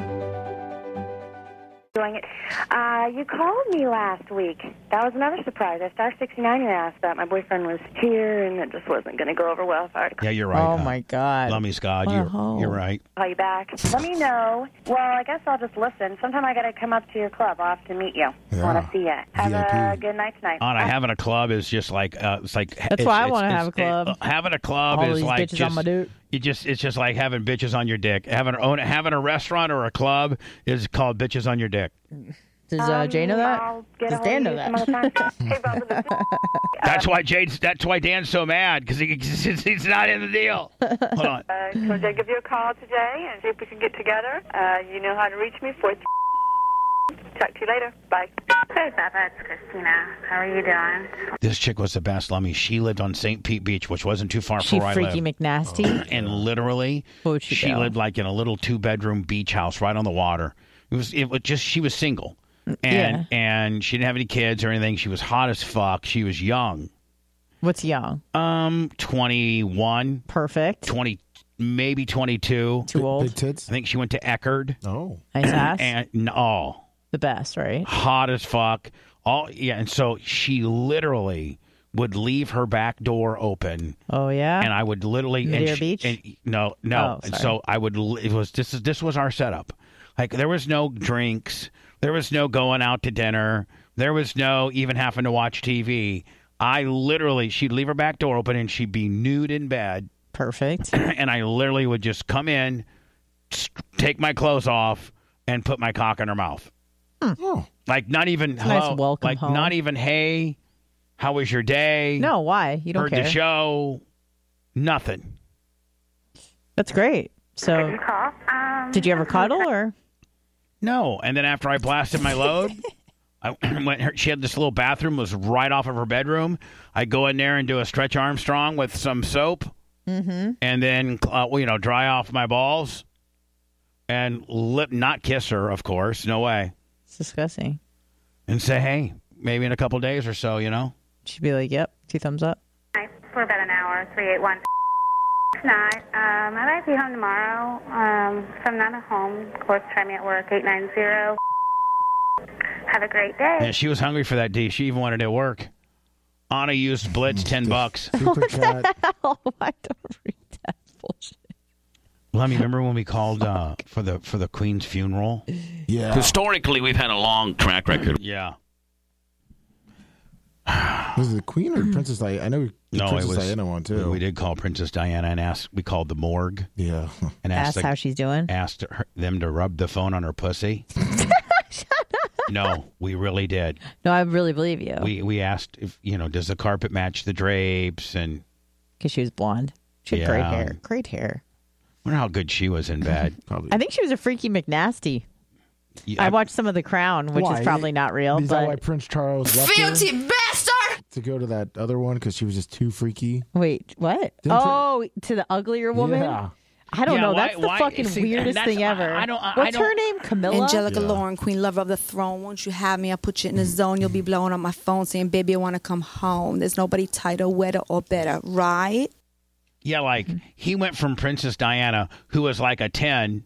Doing it. Uh, you called me last week. That was another surprise. I star sixty nine and asked that. My boyfriend was here, and it just wasn't going to go over well. So I had to Yeah, you're right. Oh, my God. Lummy Scott, What a you're, hoe. you're right. call you back. Let me know. Well, I guess I'll just listen. Sometime I got to come up to your club. I'll have to meet you. I want to see you. Have a good night tonight. On a having a club is just like uh, it's like That's why I wanna have a club. having a club All is these like bitches on just my dick. you just it's just like having bitches on your dick. Having own having a restaurant or a club is called bitches on your dick. Does uh, Jay know that? Um, I'll get Does ahold Dan of know you that? some other time. That's why Jade's. That's why Dan's so mad because he, he's he's not in the deal. Hold on. Uh, so Jay, give you a call today and see if we can get together. Uh, you know how to reach me. For talk to you later. Bye. Hey, Bubba, it's Christina. How are you doing? This chick was the best, Lummy. She lived on St. Pete Beach, which wasn't too far She from where I freaky lived. McNasty. and literally, she, go? lived like in a little two-bedroom beach house right on the water. It was it was just she was single, and Mm, yeah. and she didn't have any kids or anything. She was hot as fuck. She was young, What's young? um, twenty-one, perfect, twenty, maybe twenty-two. Too old. Big tits. I think she went to Eckerd. Oh, Nice ass? And no The best, right? hot as fuck. All yeah, and so she literally would leave her back door open. Oh yeah. And I would literally and Madeira she- Beach? and- no, no. Oh, and sorry. so I would. l- It was this is this was our setup. Like there was no drinks. There was no going out to dinner. There was no even having to watch TV. I literally, she'd leave her back door open and she'd be nude in bed. Perfect. And I literally would just come in, s- take my clothes off, and put my cock in her mouth. Hmm. Hmm. Like not even It's a nice hello, welcome like home. not even hey, how was your day? No, why? You don't heard care. the show. Nothing. That's great. So, Um, did you ever cuddle or? No. And then after I blasted my load, I went. Her, she had this little bathroom was right off of her bedroom. I go in there and do a stretch Armstrong with some soap, Mm-hmm. and then uh, well, you know dry off my balls, and lip not kiss her, of course, no way, It's disgusting. and say hey, maybe in a couple days or so, you know. She'd be like, "Yep, two thumbs up." Hi, for about an hour, 381. If not, um, I might be home tomorrow. Um, if I'm not at home, of course, try me at work, 890. Have a great day. Yeah, she was hungry for that D. She even wanted it at work. Anna used Mm, Blitz ten bucks. Oh, Let me remember when we called uh, for the for the Queen's funeral. Yeah. Historically, we've had a long track record. Yeah. Was it the Queen or Princess Diana? I know we No, Princess it was Diana one too. We did call Princess Diana and asked. We called the morgue. Yeah. And asked, Asked how she's doing. Asked her, them to rub the phone on her pussy. no, we really did. No, I really believe you We we asked if you know does the carpet match the drapes and because she was blonde. She had great Yeah. hair. Great hair. wonder how good she was in bed. Probably. I think she was a freaky McNasty. Yeah, I watched some of The Crown, which Why? is probably not real, Is that why but Prince Charles left her? Filthy bastard! to go to that other one because she was just too freaky. Wait, what? Didn't you- oh, to the uglier woman. Yeah. I don't Yeah, know. why- that's the why- fucking see, weirdest that's- thing ever. I- I don't- I- What's I don't- her name? Camilla. Angelica Lauren, Queen Lover of the Throne. Won't you have me? I'll put you in the zone. You'll be blowing up my phone saying, Baby, I want to come home. There's nobody tighter, wetter, or better, right? Yeah, like he went from Princess Diana, who was like a 10.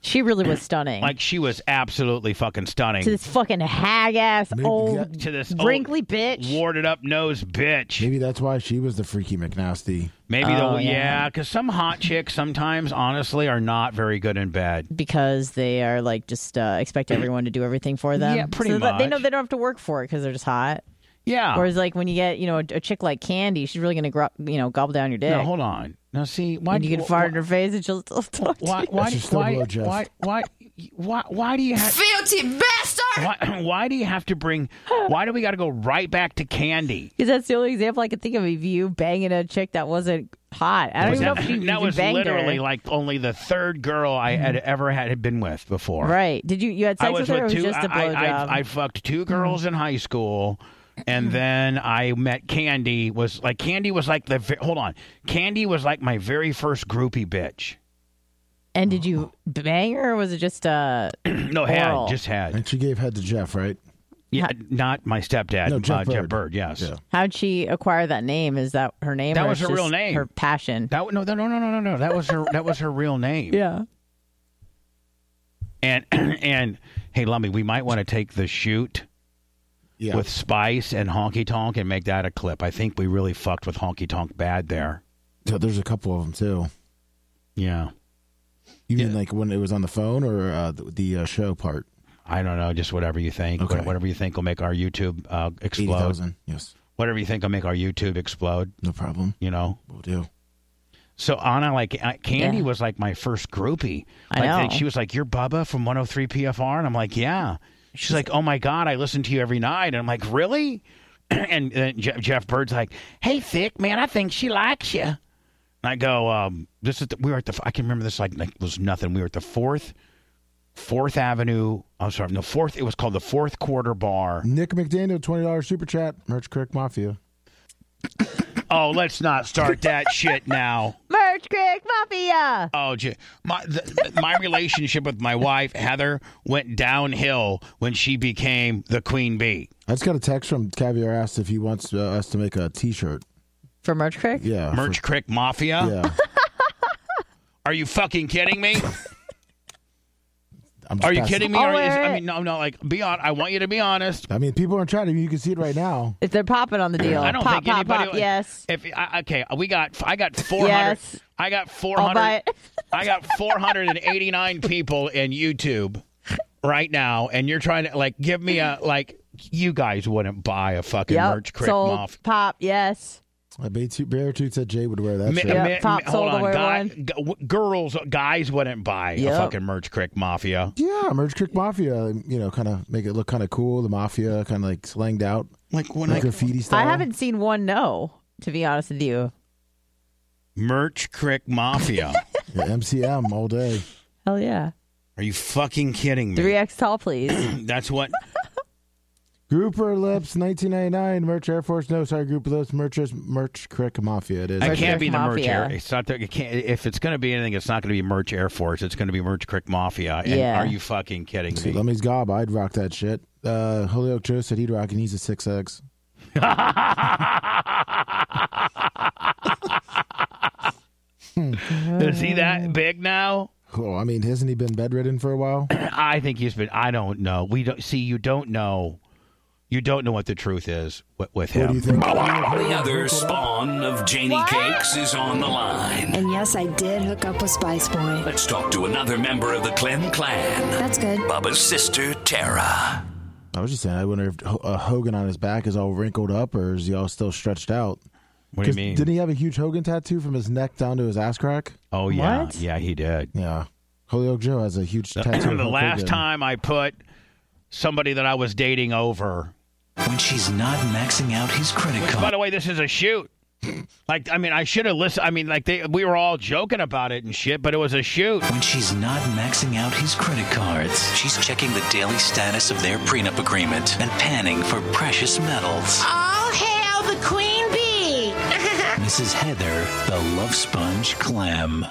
She really was stunning. Like she was absolutely fucking stunning. to this fucking hag ass old to this old wrinkly bitch. warded up nose bitch. Maybe that's why she was the freaky McNasty. Maybe Oh, the Oh, yeah, because some hot chicks sometimes, honestly, are not very good in bed. because they are like just uh, expect everyone to do everything for them. Yeah, pretty so that They much. know they don't have to work for it because they're just hot. Yeah. Whereas like when you get you know a, a chick like Candy, she's really gonna gro- you know gobble down your dick. No, hold on. Now see, why And you do- can wh- fart wh- in her face and she'll still talk to Why? you. Why? Why? Why? Why? Why? Why do you have filthy bastard? Why, why do you have to bring? Why do we got to go right back to Candy? Because that's the only example I could think of of you banging a chick that wasn't hot. I don't Was even that, know if she that you was banged her. Mm-hmm. literally like only the third girl I had ever had had been with before. right. Did you you had sex I was with her? or two. it was just a I- I- blowjob. Mm-hmm. I, I fucked two girls in high school, and then I met Candy. Was like Candy was like the ve- hold on. Candy was like my very first groupie bitch. and did you bang her? or Was it just uh No, had oral? just had. And she gave head to Jeff, right? Yeah, not my stepdad. No, Jeff uh, Jeff Bird. Bird. Yes. How'd she acquire that name? Is that her name? That or was it's her real just name. Her passion. That no no no no no no. That was her. that was her real name. Yeah. And and hey, Lummy, we might want to take the shoot with Spice and Honky Tonk and make that a clip. I think we really fucked with Honky Tonk bad there. So there's a couple of them too. Yeah. You mean like when it was on the phone or uh, the, the uh, show part? I don't know, just whatever you think. Okay. Whatever you think will make our YouTube uh, explode. 80,000, yes. Whatever you think will make our YouTube explode. No problem. You know? We'll do. So Anna, like I- Candy, Yeah. was like my first groupie. I Like, know. She was like, "You're Bubba from 103 PFR," and I'm like, "Yeah." She's like, "Oh my god, I listen to you every night," and I'm like, "Really?" and then Jeff, Jeff Bird's like, "Hey, thick man, I think she likes you." And I go, um, "This is the, we were at the I can remember this like, like it was nothing. We were at the fourth, Fourth Avenue. I'm sorry, no fourth. It was called the Fourth Quarter Bar. Nick McDaniel, twenty dollars super chat. Merch Crick Mafia. oh, let's not start that shit now." Merch Creek Mafia. Oh, gee. my the, my relationship with my wife Heather went downhill when she became the queen bee. I just got a text from Caviar asked if he wants uh, us to make a T-shirt. For Merch Crick? Yeah. Merch Crick Mafia. Yeah. Are you fucking kidding me? I'm just Are you passing- kidding me? Are- is- I mean, no, no. Like, be on. I want you to be honest. I mean, people are trying to. You can see it right now. If they're popping on the deal. I don't pop, think pop, anybody. Pop, would- yes. If I, okay, we got. I got four hundred. Yes. I got four I'll buy hundred. it. I got four hundred and eighty nine people in YouTube right now, and you're trying to like give me a like. You guys wouldn't buy a fucking Yep. merch crick Sold. Mafia. Pop. Yes. I bet two bear tooth Uh, said Jay would wear that. Mi- shirt. mi- mi- hold on, guy, g- w- girls, guys wouldn't buy Yep. a fucking merch crick mafia. Yeah, Merge Creek Mafia. You know, kind of make it look kind of cool. The mafia kind of like slanged out, like when I graffiti style. I haven't seen one no, to be honest with you. Merch crick mafia. Yeah, MCM all day. Hell yeah. Are you fucking kidding me? Three X tall, please. That's what. Grouper Lips, 1999. Merch Air Force. No, sorry, Grouper Lips. Merchers, Merch Crick Mafia. It is. It can't be the merch air. It's not. The, it can't, if it's going to be anything, it's not going to be merch Air Force. It's going to be merch crick mafia. And Yeah. Are you fucking kidding See, me? Lemmy's gob. I'd rock that shit. Uh, Holyoke Joe said he'd rock, and he's a six X. Hmm. Is he that big now? Oh, I mean, hasn't he been bedridden for a while? I think he's been. I don't know. We don't see. You don't know. You don't know what the truth is with, with him. The other spawn of Janie Cakes is on the line. And yes, I did hook up with Spice Boy. Let's talk to another member of the Clem clan. That's good. Bubba's sister, Tara. I was just saying. I wonder if Ho- uh, Hogan on his back is all wrinkled up, or is he all still stretched out? What do you 'Cause mean? Didn't he have a huge Hogan tattoo from his neck down to his ass crack? Oh yeah, yeah, he did. Yeah, Holyoke Joe has a huge tattoo. of the Hulk last Hogan. time I put somebody that I was dating over. When she's not maxing out his credit Which, card. by the way, this is a shoot. Like, I mean, I should have listened. I mean, like, they we were all joking about it and shit, but it was a shoot. When she's not maxing out his credit cards, she's checking the daily status of their prenup agreement and panning for precious metals. All hail Queen Bee. Mrs. Heather, the Love Sponge Clam.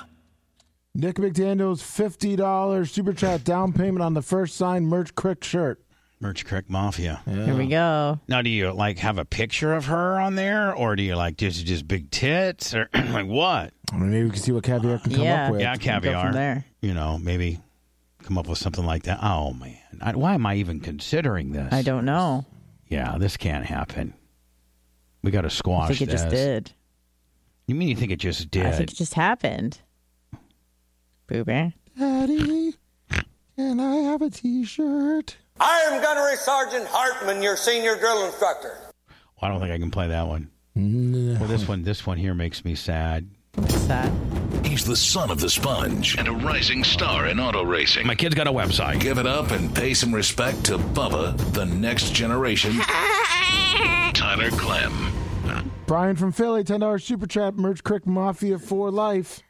Nick McDaniel's fifty dollars super chat down payment on the first signed merch crick shirt. Merch Creek Mafia. Here we go. Now, do you like have a picture of her on there, or do you like just just big tits, or like what? I mean, maybe we can see what caviar can come up with. yeah, caviar. there. You know, maybe come up with something like that. Oh man, I, why am I even considering this? I don't know. Yeah, this can't happen. We got to I squash. think it just this. did. You mean you think it just did? I think it just happened. Boo bear. Daddy, can I have a T-shirt? I am Gunnery Sergeant Hartman, your senior drill instructor. Well, I don't think I can play that one. Well, this one, this one here makes me sad. Sad. He's the son of the sponge and a rising star in auto racing. My kid's got a website. Give it up and pay some respect to Bubba, the next generation. Tyler Clem. Brian from Philly, ten dollars super chat merch crick mafia for life.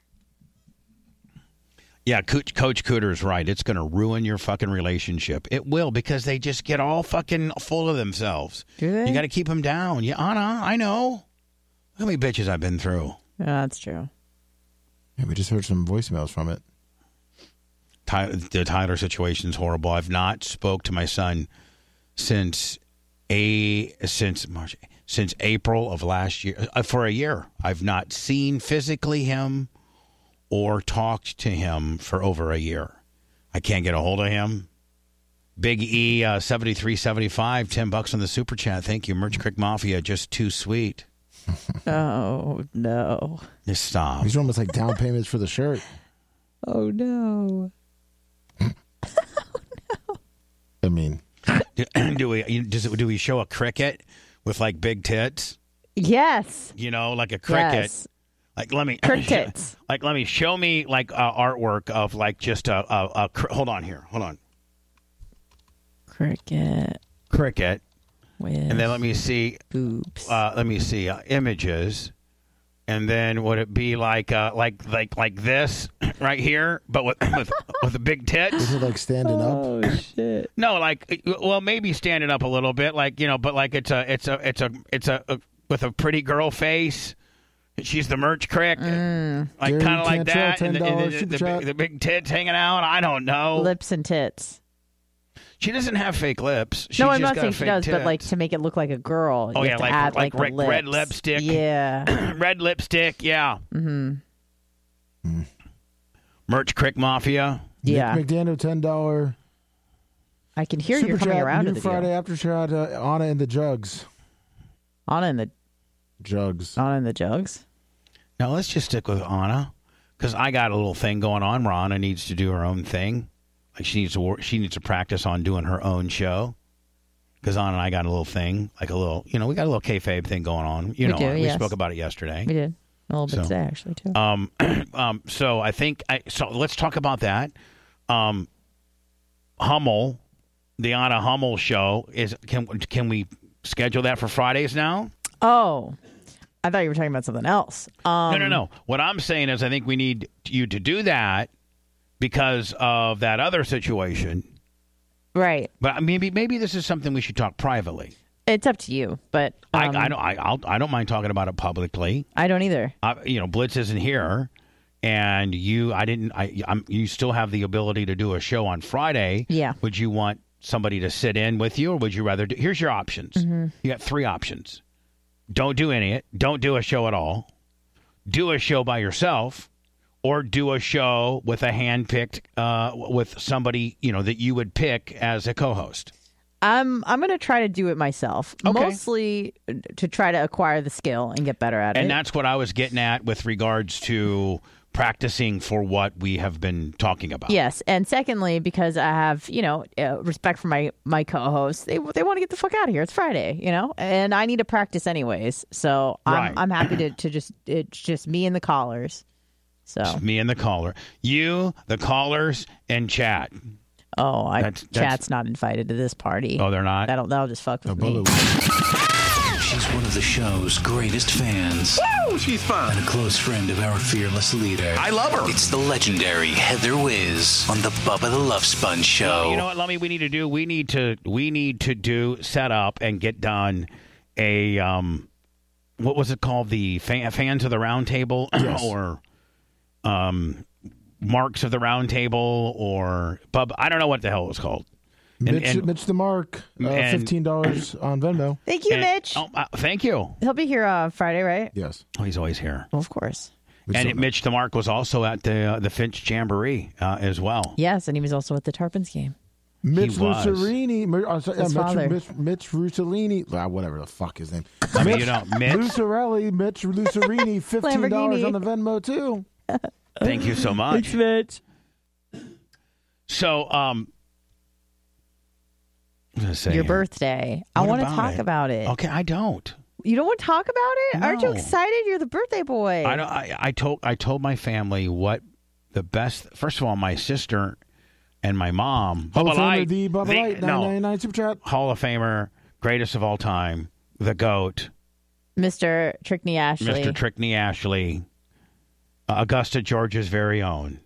Yeah, Coach, Coach Cooter's right. It's going to ruin your fucking relationship. It will because they just get all fucking full of themselves. Do they? You got to keep them down. Yeah, Anna, I know. Look how many bitches I've been through. Yeah, that's true. Yeah, we just heard some voicemails from it. Ty- the Tyler situation's horrible. I've not spoke to my son since a since March since April of last year uh, for a year. I've not seen physically him or talked to him for over a year. I can't get a hold of him. Big E uh, seventy three seventy five ten bucks on the super chat. Thank you, Merch Creek Mafia. Just too sweet. Oh no. Just stop. These are almost like down payments for the shirt. Oh no. I mean, Do, do we you- does it, do we show a cricket with like big tits? Yes. You know, like a cricket. Yes. Like let me Crickets. Like let me show me like uh, artwork of like just a, a, a cr- hold on here, hold on Cricket. cricket, With and then let me see boobs. Uh, let me see uh, images, and then would it be like uh, like like like this right here, but with with, with a big tits? is it like standing up? Oh shit! No, like well, maybe standing up a little bit, like you know, but like it's a it's a it's a it's a, a with a pretty girl face. She's the merch crick, like Jeremy kind of like Cantrell, that, and the, and $10 the- super the chat. big, the big tits hanging out. I don't know. Lips and tits. She doesn't have fake lips. She's no, I'm just not got saying she fake does, but tits. like to make it look like a girl. Oh, you yeah, have to like- add, like the red- red lips. lipstick. Yeah. red lipstick. Yeah, mm-hmm. merch crick mafia. Yeah. Nick McDaniel, ten dollar. I can hear you're Super coming chat, around new to the Friday deal. after shot. Uh, Anna and the jugs. Anna and the Jugs. Anna and the jugs. Now let's just stick with Anna because I got a little thing going on. where Anna needs to do her own thing. Like she needs to work. She needs to practice on doing her own show. Because Anna and I got a little thing, like a little, you know, we got a little kayfabe thing going on. You We know, do, we yes. spoke about it yesterday. We did a little bit So- today, actually, too. Um, um, so I think I so let's talk about that. Um, Hummel, the Anna Hummel show is can can we schedule that for Fridays now? oh, I thought you were talking about something else. Um, no, no, no. What I'm saying is, I think we need you to do that because of that other situation. Right. But maybe maybe this is something we should talk privately. It's up to you, but um, I, I don't I I'll, I don't mind talking about it publicly. I don't either. I, you know, Blitz isn't here, and you, I didn't, I, I'm, you still have the ability to do a show on Friday. Yeah. Would you want somebody to sit in with you, or would you rather? Do, here's your options. Mm-hmm. You got three options. Don't do any. Don't do a show at all. Do a show by yourself, or do a show with a handpicked, uh, with somebody you know that you would pick as a co-host. I'm I'm gonna try to do it myself, mostly to try to acquire the skill and get better at it. And that's what I was getting at with regards to practicing for what we have been talking about. Yes, and secondly, because I have you know uh, respect for my my co-hosts, they they want to get the fuck out of here. It's Friday, you know, and I need to practice anyways. So I'm Right. I'm happy to to just it's just me and the callers. So It's me and the caller. You, the callers, and chat. oh, I That's- that's- chat's not invited to this party. Oh, they're not? That'll that'll just fuck with me. She's one of the show's greatest fans. Woo! She's fun. And a close friend of our fearless leader. I love her. It's the legendary Heather Wiz on the Bubba the Love Sponge show. You know what, Lummy? We need to do. We need to. We need to do set up and get done a um what was it called? The fan, fans of the round table, or um, marks of the round table, or bub. I don't know what the hell it was called. And- Mitch, and- Mitch the Mark, uh, and- fifteen dollars on Venmo. Thank you, and- Mitch. Oh, uh, thank you. He'll be here on Friday, right? Yes. Oh, he's always here. of course. and it, Mitch DeMarc was also at the uh, the Finch Jamboree uh, as well. Yes, and he was also at the Tarpons game. Mitch He was. Russellini. Mi- uh, so- yeah, His father. Mitch, Mitch, Mitch Russellini. Ah, whatever the fuck his name. I mean, you know, Mitch. Lucarelli, Mitch Lucerini, fifteen dollars Lamborghini. on the Venmo too. Thank you so much. Thanks, Mitch. So, um, what was I gonna say Your here? birthday. I What want to about talk it? about it. Okay, I don't. You don't want to talk about it? Aren't you No. excited? You're the birthday boy. I don't. I, I told I told my family what the best. First of all, my sister and my mom. Hall of Famer, Bubba Light, the Bubba they- Light, nine no, ninety nine super chat. Hall of Famer, greatest of all time, the goat, Mr. Trickney Ashley. Mr. Trickney Ashley, uh, Augusta, Georgia's very own,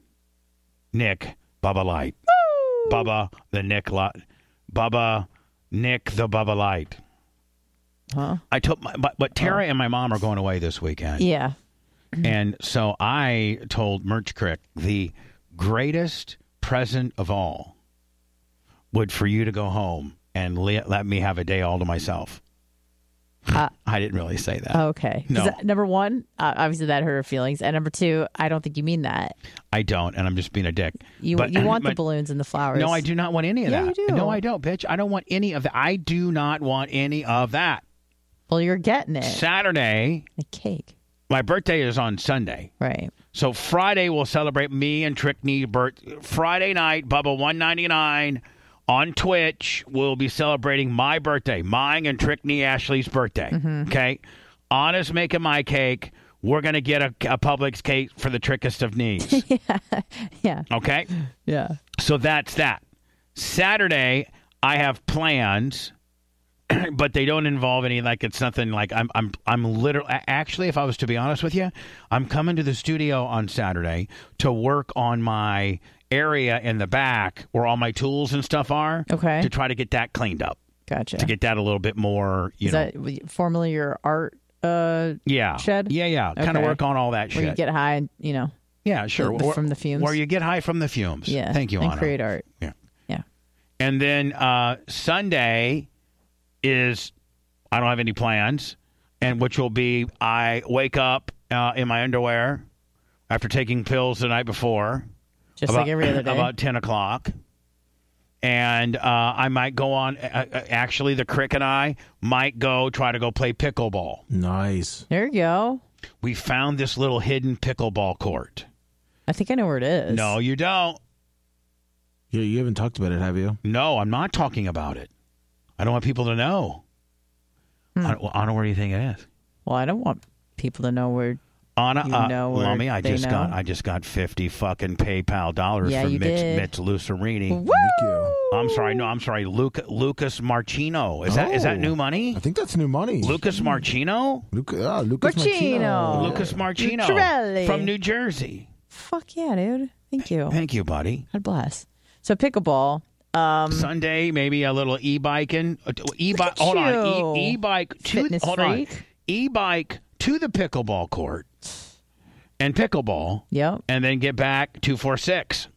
Nick Bubba Light, Bubba the Nick Lot, Bubba Nick the Bubba Light. Huh? Oh. I took my but, but Tara and my mom are going away this weekend. Yeah. Mm-hmm. And so I told Merch Crick the greatest present of all would for you to go home and le- let me have a day all to myself. Uh, I didn't really say that. Okay. 'Cause No. that- number one, uh, obviously that hurt her feelings, and number two, I don't think you mean that. I don't, and I'm just being a dick. You But- you want the but- balloons and the flowers? No, I do not want any of Yeah, that. you do. No, I don't, bitch. I don't want any of that. I do not want any of that. Well, you're getting it. Saturday, a cake. my birthday is on Sunday. Right. So Friday we'll celebrate me and Trickney Bert. Friday night, Bubba one ninety nine on Twitch. We'll be celebrating my birthday, mine and Trickney Ashley's birthday. Mm-hmm. Okay, Anna's making my cake. We're gonna get a, a Publix cake for the trickest of knees. Yeah. Okay. Yeah. So that's that. Saturday, I have plans, but they don't involve any like it's nothing like I'm I'm I'm literally actually if I was to be honest with you, I'm coming to the studio on Saturday to work on my area in the back where all my tools and stuff are. Okay. To try to get that cleaned up. Gotcha. To get that a little bit more, you Is know. that w- formerly your art? Uh, yeah. shed? Yeah, yeah. Kind of Okay. work on all that where you shit. get high and you know. yeah, sure. the- Or- from the fumes. Where you get high from the fumes. Yeah. Thank you, And Anna. create art. Yeah. Yeah. And then uh, Sunday is I don't have any plans, and which will be I wake up uh, in my underwear after taking pills the night before, Just like every other day. about ten o'clock. And uh, I might go on. Uh, uh, actually, the Crick and I might go try to go play pickleball. Nice. There you go. We found this little hidden pickleball court. I think I know where it is. No, you don't. Yeah, you haven't talked about it, have you? No, I'm not talking about it. I don't want people to know. Hmm. I don't, Anna, where do you think it is? Well, I don't want people to know where. Anna, You uh, know where Lummi, I they just know? got I just got fifty fucking PayPal dollars Yeah, from you Mitch did. Mitch Lucerini. Woo! I'm sorry, no, I'm sorry, Luca, Lucas Marchino. Is that is that Oh. new money? I think that's new money. Lucas Marchino? Luca, ah, Lucas Marchino. Marchino. Lucas Marchino Lucarelli. from New Jersey. Fuck yeah, dude. Thank you. Thank you, buddy. God bless. So pickleball. Um, Sunday, maybe a little e biking. E Look bike at hold on. you. E bike to Fitness hold on. freak. E bike to the pickleball court and pickleball. Yep. And then get back two four six.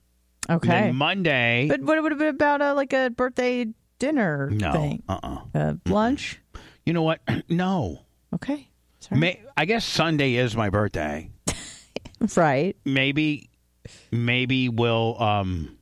Okay. Then Monday But what would it be about a, like a birthday dinner No. thing? Uh uh Uh, lunch? You know what? no. Okay. May, I guess Sunday is my birthday. Right. Maybe, maybe we'll um.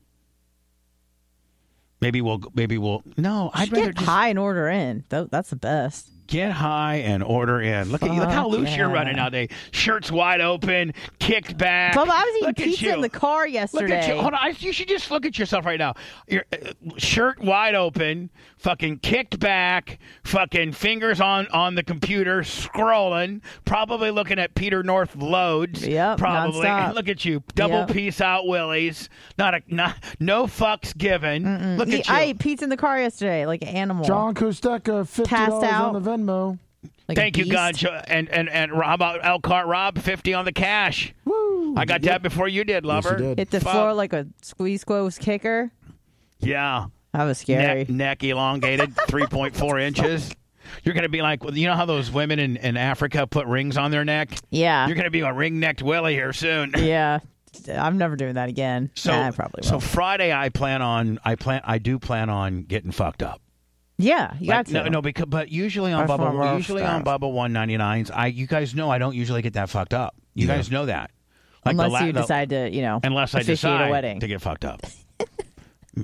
Maybe we'll maybe we'll no. I'd Should rather get just high and order in. Tho- That's the best. get high and order in. Look at you! Look how Fuck loose you're Oh, yeah. running nowadays. Shirts wide open, kicked back. Bubba, I was eating Look at pizza you. in the car Look yesterday. at you! Hold on, I- you should just look at yourself right now. Your uh, shirt wide open, fucking kicked back, fucking fingers on on the computer, scrolling, probably looking at Peter North loads. Yep, probably. nonstop. Look at you, double Yep. piece out willies. Not a not no fucks given. Look Mm-hmm. He- at you. I ate pizza in the car yesterday, like an animal. John Kosteka, fifty dollars out. on the Venmo. like a Thank you, beast. Goncho, and and and how about Elkhart Rob fifty on the cash. Woo! I got that before you did, lover. Hit the Fuck. floor like a squeeze close kicker. Yeah. That was scary. Neck, neck elongated, 3.4 inches. You're going to be like, you know how those women in, in Africa put rings on their neck? Yeah. You're going to be a ring necked Willie here soon. Yeah. I'm never doing that again. So Nah, I probably so Friday, I plan on I plan I do plan on getting fucked up. Yeah, you Like, got to. no, no, because but usually on Or from Bubba, our usually on Bubba one ninety nines. I you guys know I don't usually get that fucked up. You guys know that. the Unless la- you the- decide to, you know, unless I officiate decide a wedding. to get fucked up.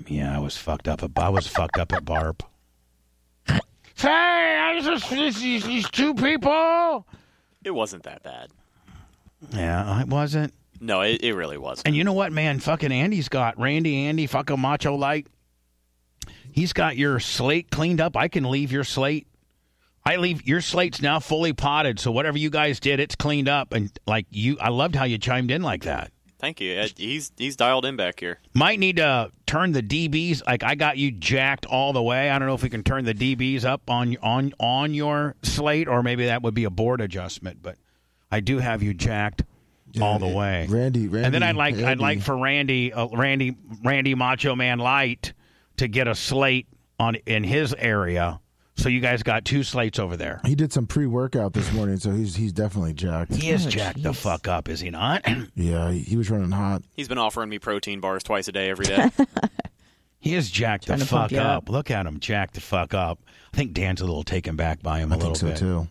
yeah, I was fucked up. At, I was fucked up at Barb. Hey, I just these, these, these two people. It wasn't that bad. Yeah, I wasn't. No, it, it really wasn't. And you know what, man? Fucking Andy's got Randy Andy fucking Macho Light. He's got your slate cleaned up. I can leave your slate. I leave your slate's now fully potted, so whatever you guys did, it's cleaned up. And like you, I loved how you chimed in like that. Thank you. Uh, He's he's dialed in back here. Might need to turn the DBs. Like I got you jacked all the way. I don't know if we can turn the DBs up on on on your slate, or maybe that would be a board adjustment. But I do have you jacked all the way. Randy, Randy. and then I'd like I'd Randy. like for Randy uh, Randy Randy Macho Man Light to get a slate on in his area. So you guys got two slates over there. He did some pre-workout this morning, so he's he's definitely jacked. He Oh, is jacked the fuck up, is he not? Yeah, he he was running hot. He's been offering me protein bars twice a day every day. He is jacked Trying the to pump fuck you up. up. Look at him, jacked the fuck up. I think Dan's a little taken back by him a I little think so bit. too.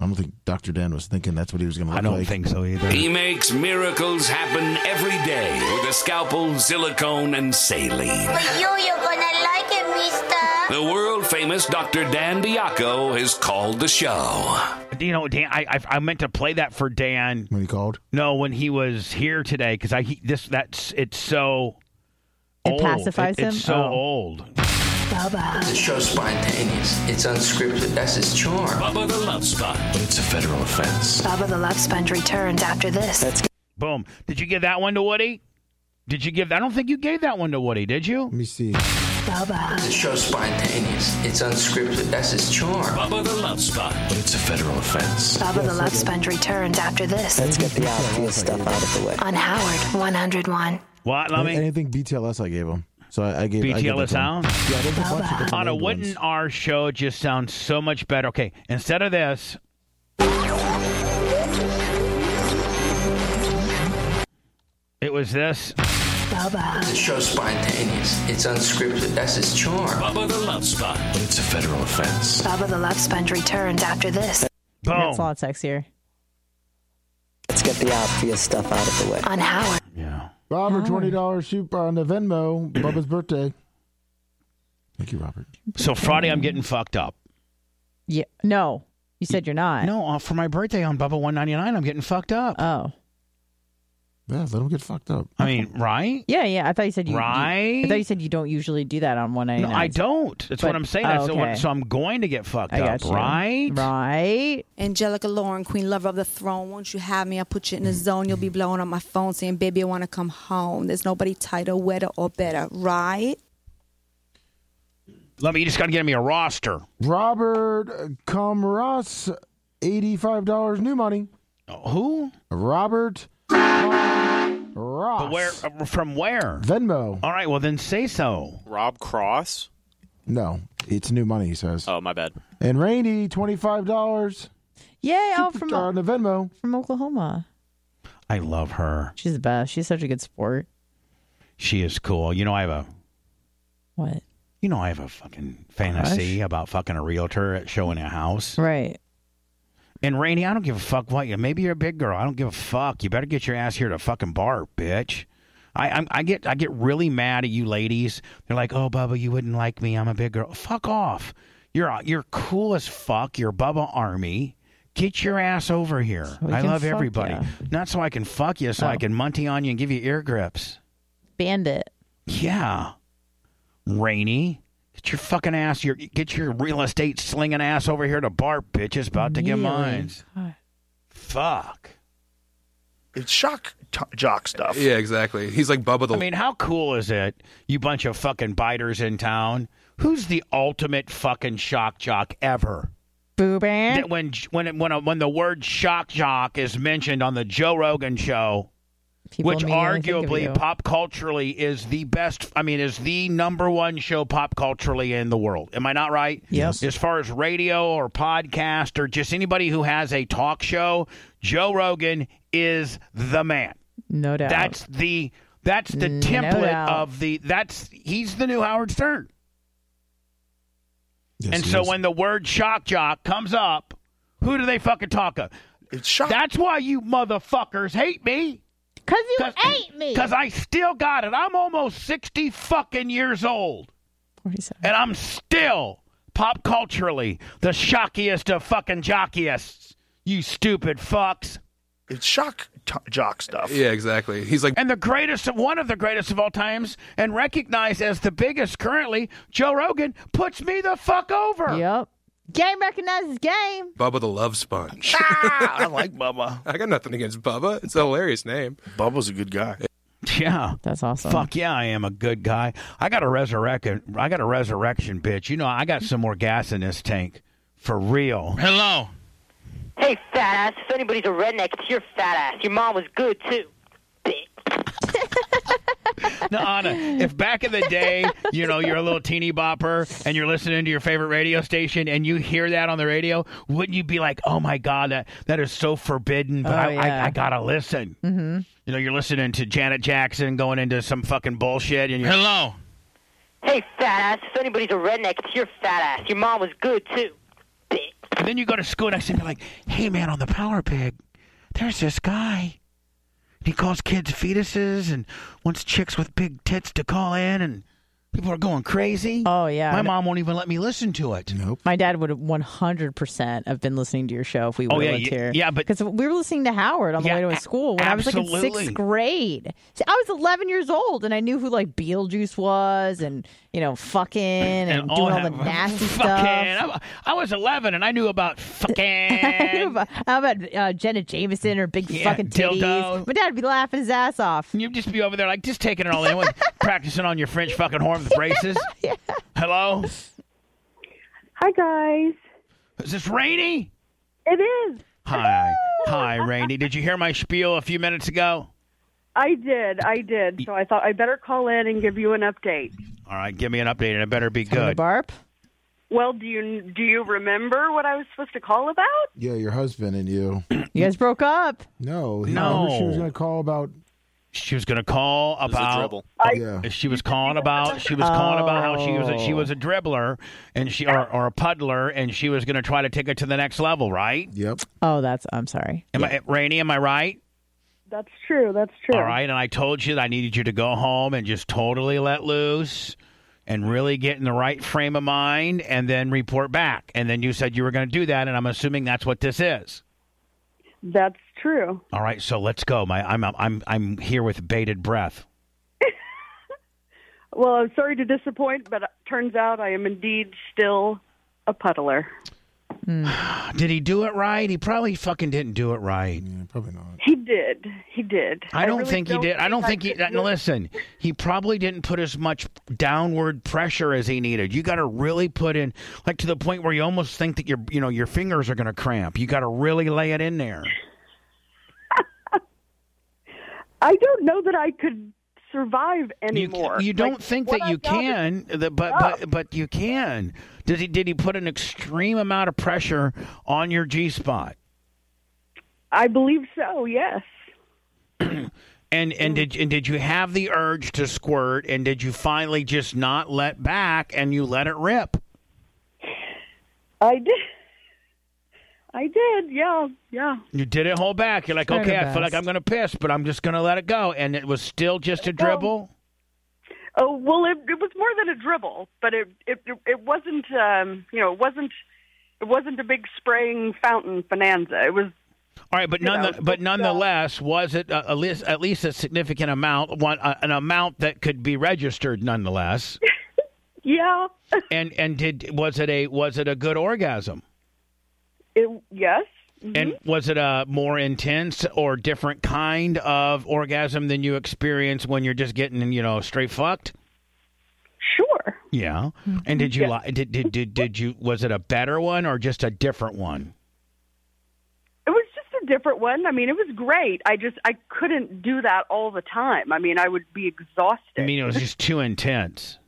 I don't think Dr. Dan was thinking that's what he was going to I look don't like. think so either. He makes miracles happen every day with a scalpel, silicone, and saline. For you, you're gonna like it, mister. Uh-huh. The world famous Dr. Dan Biacco has called the show. Do you know, Dan? I, I I meant to play that for Dan when he called. No, when he was here today, because I he, this that's it's so. It old. pacifies It- It's him? so Oh. old. The show's spontaneous. It's unscripted. That's its charm. Bubba the Love Sponge. It's a federal offense. Oh. Baba the Love Sponge returns after this. Boom. Did you give that one to Woody? Did you give? I don't think you gave that one to Woody. Did you? Let me see. The show's spontaneous. It's unscripted. That's its charm. Bubba the Love Sponge. It's a federal offense. Baba the Love Sponge returns after this. Let's get the obvious stuff out of the way. On Howard 101. What, Any- Anything BTLS I gave him. So I, I gave I gave it BTLS to him. sound. Yeah, there's a bunch of different On a named ones. wouldn't our show just sounds so much better? Okay, instead of this. It was this. The show's spontaneous. It's unscripted. That's its charm. Bubba the Love Sponge. It's a federal offense. Baba the Love Sponge returns after this. That's a lot sexier. Let's get the obvious stuff out of the way. On Howard. Robert, twenty dollars shoot on the Venmo. Bubba's birthday. Thank you, Robert. So Friday, I'm getting fucked up. Yeah. No, you said you're not. No, uh, for my birthday on Bubba 199, I'm getting fucked up. Oh. Yeah, let him get fucked up. I mean, right? Yeah, yeah. I thought you said you. Right? You, I thought you said you don't usually do that on one oh, No, I don't. That's what I'm saying. That's the one- so I'm going to get fucked I up, got you. right? Right. Angelica Lauren, Queen Lover of the Throne. Once you have me, I put you in the zone. You'll be blowing up my phone saying, Baby, I wanna come home. There's nobody tighter, wetter, or better, right? Let me. You just got to get me a roster. Robert Comross, eighty-five dollars new money. Uh, Who? Robert Ross. But where? uh, From where? Venmo. All right. Well, then say so. Rob Cross. No, it's new money. He says. Oh, my bad. And Rainy, twenty-five dollars. Yay! Oh, from on the Venmo from Oklahoma. I love her. She's the best. She's such a good sport. She is cool. You know, I have a. What? You know, I have a fucking fantasy about fucking a realtor at showing a house. Right. And Rainey, I don't give a fuck what you. Maybe you're a big girl. I don't give a fuck. You better get your ass here to fucking bar, bitch. I I'm, I get I get really mad at you ladies. They're like, oh, Bubba, you wouldn't like me. I'm a big girl. Fuck off. You're you're cool as fuck. You're Bubba Army. Get your ass over here. we I can love fuck everybody. ya. Oh. Not so I can fuck you, so I can munty on you and give you ear grips. Bandit. Yeah. Rainy. Get your fucking ass, your get your real estate slinging ass over here to Bart, bitch. It's about to get Really? mines. Fuck. It's shock t- jock stuff. Yeah, exactly. He's like Bubba the. I mean, how cool is it? You bunch of fucking biters in town. Who's the ultimate fucking shock jock ever? Boo Band. That when when when when the word shock jock is mentioned on the Joe Rogan show, People which immediately think of you. arguably pop culturally is the best i mean is the number one show pop culturally in the world am i not right yes as far as radio or podcast or just anybody who has a talk show joe rogan is the man no doubt. Mm, that's the that's the No template doubt. of the that's he's the new howard stern and so when the word shock jock comes up who do they fucking talk of it's shock. that's why you motherfuckers hate me Cause you ate me. because I still got it. I'm almost 60 fucking years old. And I'm still pop culturally the shockiest of fucking jockiest. You stupid fucks. It's shock t- jock stuff. Yeah, exactly. He's like, And the greatest of one of the greatest of all times and recognized as the biggest currently, Joe Rogan puts me the fuck over. Yep. Game recognizes game. Bubba the Love Sponge. Ah, I like Bubba. I got nothing against Bubba. It's a hilarious name. Bubba's a good guy. Yeah. That's awesome. Fuck yeah, I am a good guy. I got a resurrection. I got a resurrection, bitch. You know, I got some more gas in this tank, for real. Hello. Hey, fat ass. If anybody's a redneck, it's your fat ass. Your mom was good, too. No, Anna, if back in the day, you know, you're a little teeny bopper and you're listening to your favorite radio station and you hear that on the radio, wouldn't you be like, oh my God, that, that is so forbidden, but Oh, I, yeah. I, I gotta listen? Mm-hmm. You know, you're listening to Janet Jackson going into some fucking bullshit and you're. Hello. Hey, fat ass. If anybody's a redneck, it's your fat ass. Your mom was good, too. And then you go to school next and you're like, hey man, on the Power Pig, there's this guy. He calls kids fetuses and wants chicks with big tits to call in and people are going crazy. Oh yeah. My mom won't even let me listen to it. Nope. My dad would have 100% have been listening to your show if we Oh, were yeah, lived y- here. yeah, but- because we were listening to Howard on the Yeah, way to a- his school when I was like in absolutely. sixth grade. See, I was 11 years old and I knew who like Beetlejuice was and you know fucking and, doing all, the that- nasty fucking, stuff. I, I was 11 and I knew about fucking. I knew about, how about uh, Jenna Jameson or big Yeah, fucking titties? dildo. My dad would be laughing his ass off. You'd just be over there like just taking it all in, with- practicing on your French fucking horn with braces. Hello, Hi, guys. is this Rainy? It is. Hi, hi, Rainy. Did you hear my spiel a few minutes ago? I did. I did. So I thought I better call in and give you an update. All right, give me an update, and it better be good. Barb. Well, do you do you remember what I was supposed to call about? Yeah, your husband and you. You guys broke up. No, he- No. remember She was gonna call about. She was gonna call was a about. dribble. I- Yeah. She was calling about. She was calling about how she was. A, she Oh. was a dribbler, and she or, or a puddler, and she was gonna try to take it to the next level, right? Yep. Oh, that's I'm sorry. Am I Rainy? Am I right? That's true. That's true. All right, and I told you that I needed you to go home and just totally let loose and really get in the right frame of mind and then report back. And then you said you were going to do that, and I'm assuming that's what this is. That's true. All right, so let's go. My, I'm I'm I'm here with bated breath. Well, I'm sorry to disappoint, but it turns out I am indeed still a puddler. Did he do it right? He probably fucking didn't do it right. Yeah, probably not. He did. He did. I don't really think he did. I don't think he. could do it. Listen, he probably didn't put as much downward pressure as he needed. You got to really put in, like to the point where you almost think that your, you know, your fingers are going to cramp. You got to really lay it in there. I don't know that I could survive You, anymore. you Like, don't think what that I you got is- can, that- but but but you can. Did he did he put an extreme amount of pressure on your G spot? I believe so. Yes. And Mm. and did and did you have the urge to squirt? And did you finally just not let back and you let it rip? I did. I did. Yeah. Yeah. You didn't hold back. You're like, Try okay, your I feel like best. I'm going to piss, but I'm just going to let it go. And it was still just a dribble. Oh well, it, it was more than a dribble, but it it it wasn't um you know it wasn't it wasn't a big spraying fountain bonanza. It was All right, but You know, none, but nonetheless, was it a, at least at least a significant amount, one uh, an amount that could be registered, nonetheless. yeah. and and did was it a was it a good orgasm? It yes. mhm. And was it a more intense or different kind of orgasm than you experience when you're just getting you know straight fucked? Sure. Yeah. And did you li- did, did did did you was it a better one or just a different one? it was just a a different one. I mean, it was great. I just I couldn't do that all the time. I mean, I would be exhausted. I mean, it was just too intense.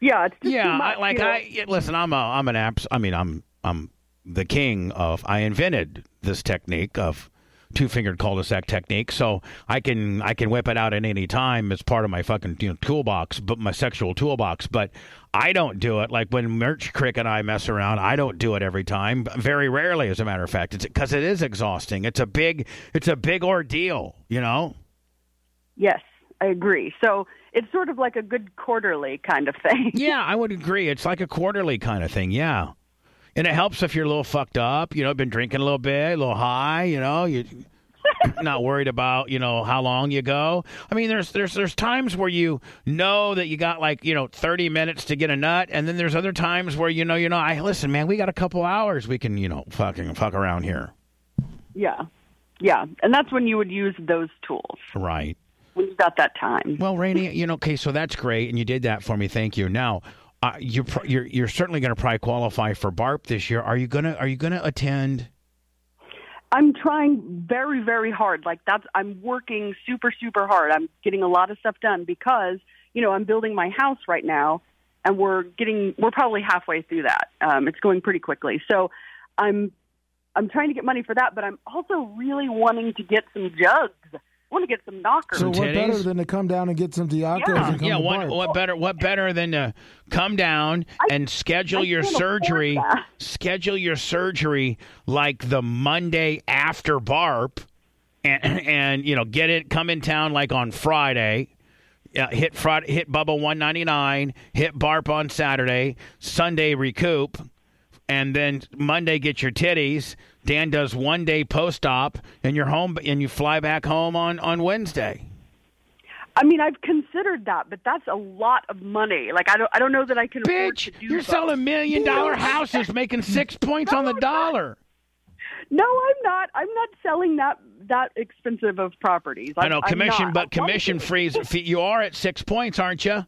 Yeah, it's just Yeah, too I, much, like you know? I yeah, listen. I'm a, I'm an apps. I mean, I'm I'm the king of. I invented this technique of two fingered cul-de-sac technique, so I can I can whip it out at any time as part of my fucking you know, toolbox, but my sexual toolbox. But I don't do it like when Merch Crick and I mess around. I don't do it every time. Very rarely, as a matter of fact. It's because it is exhausting. It's a big it's a big ordeal. You know. Yes, I agree. So it's sort of like a good quarterly kind of thing. Yeah, I would agree. It's like a quarterly kind of thing. Yeah, and it helps if you're a little fucked up. You know, been drinking a little bit, a little high. You know, you not worried about you know how long you go. I mean, there's there's there's times where you know that you got like you know 30 minutes to get a nut, and then there's other times where you know you know I listen, man, we got a couple hours we can you know fucking fuck around here. Yeah. Yeah. And that's when you would use those tools. Right. We've got that time. Well, Rainey, you know, okay, so that's great, and you did that for me. Thank you. Now, uh, you pr- you're you're certainly going to probably qualify for BARP this year. Are you gonna Are you gonna attend? I'm trying very, very hard. Like that's I'm working super, super hard. I'm getting a lot of stuff done because, you know, I'm building my house right now and we're getting we're probably halfway through that. Um, it's going pretty quickly. So I'm I'm trying to get money for that, but I'm also really wanting to get some jugs. I want to get some knockers. So what better than to come down and get some Diacos and come yeah. to What Barb? what better what better than to come down and schedule I your can't afford surgery? that. Schedule your surgery like the Monday after BARP, and and you know get it. Come in town like on Friday. Uh, hit Friday, hit Bubba one ninety nine. Hit BARP on Saturday. Sunday recoup. and then Monday get your titties. Dan does one day post op, and you're home, and you fly back home on on Wednesday. I mean, I've considered that, but that's a lot of money. Like I don't I don't know that I can afford to do You're both. selling million dollar Bitch. houses, making six points on the dollar. No, I'm not. I'm not selling that that expensive of properties. I know I'm commission, not. but commission freeze. fee- You are at six points, aren't you?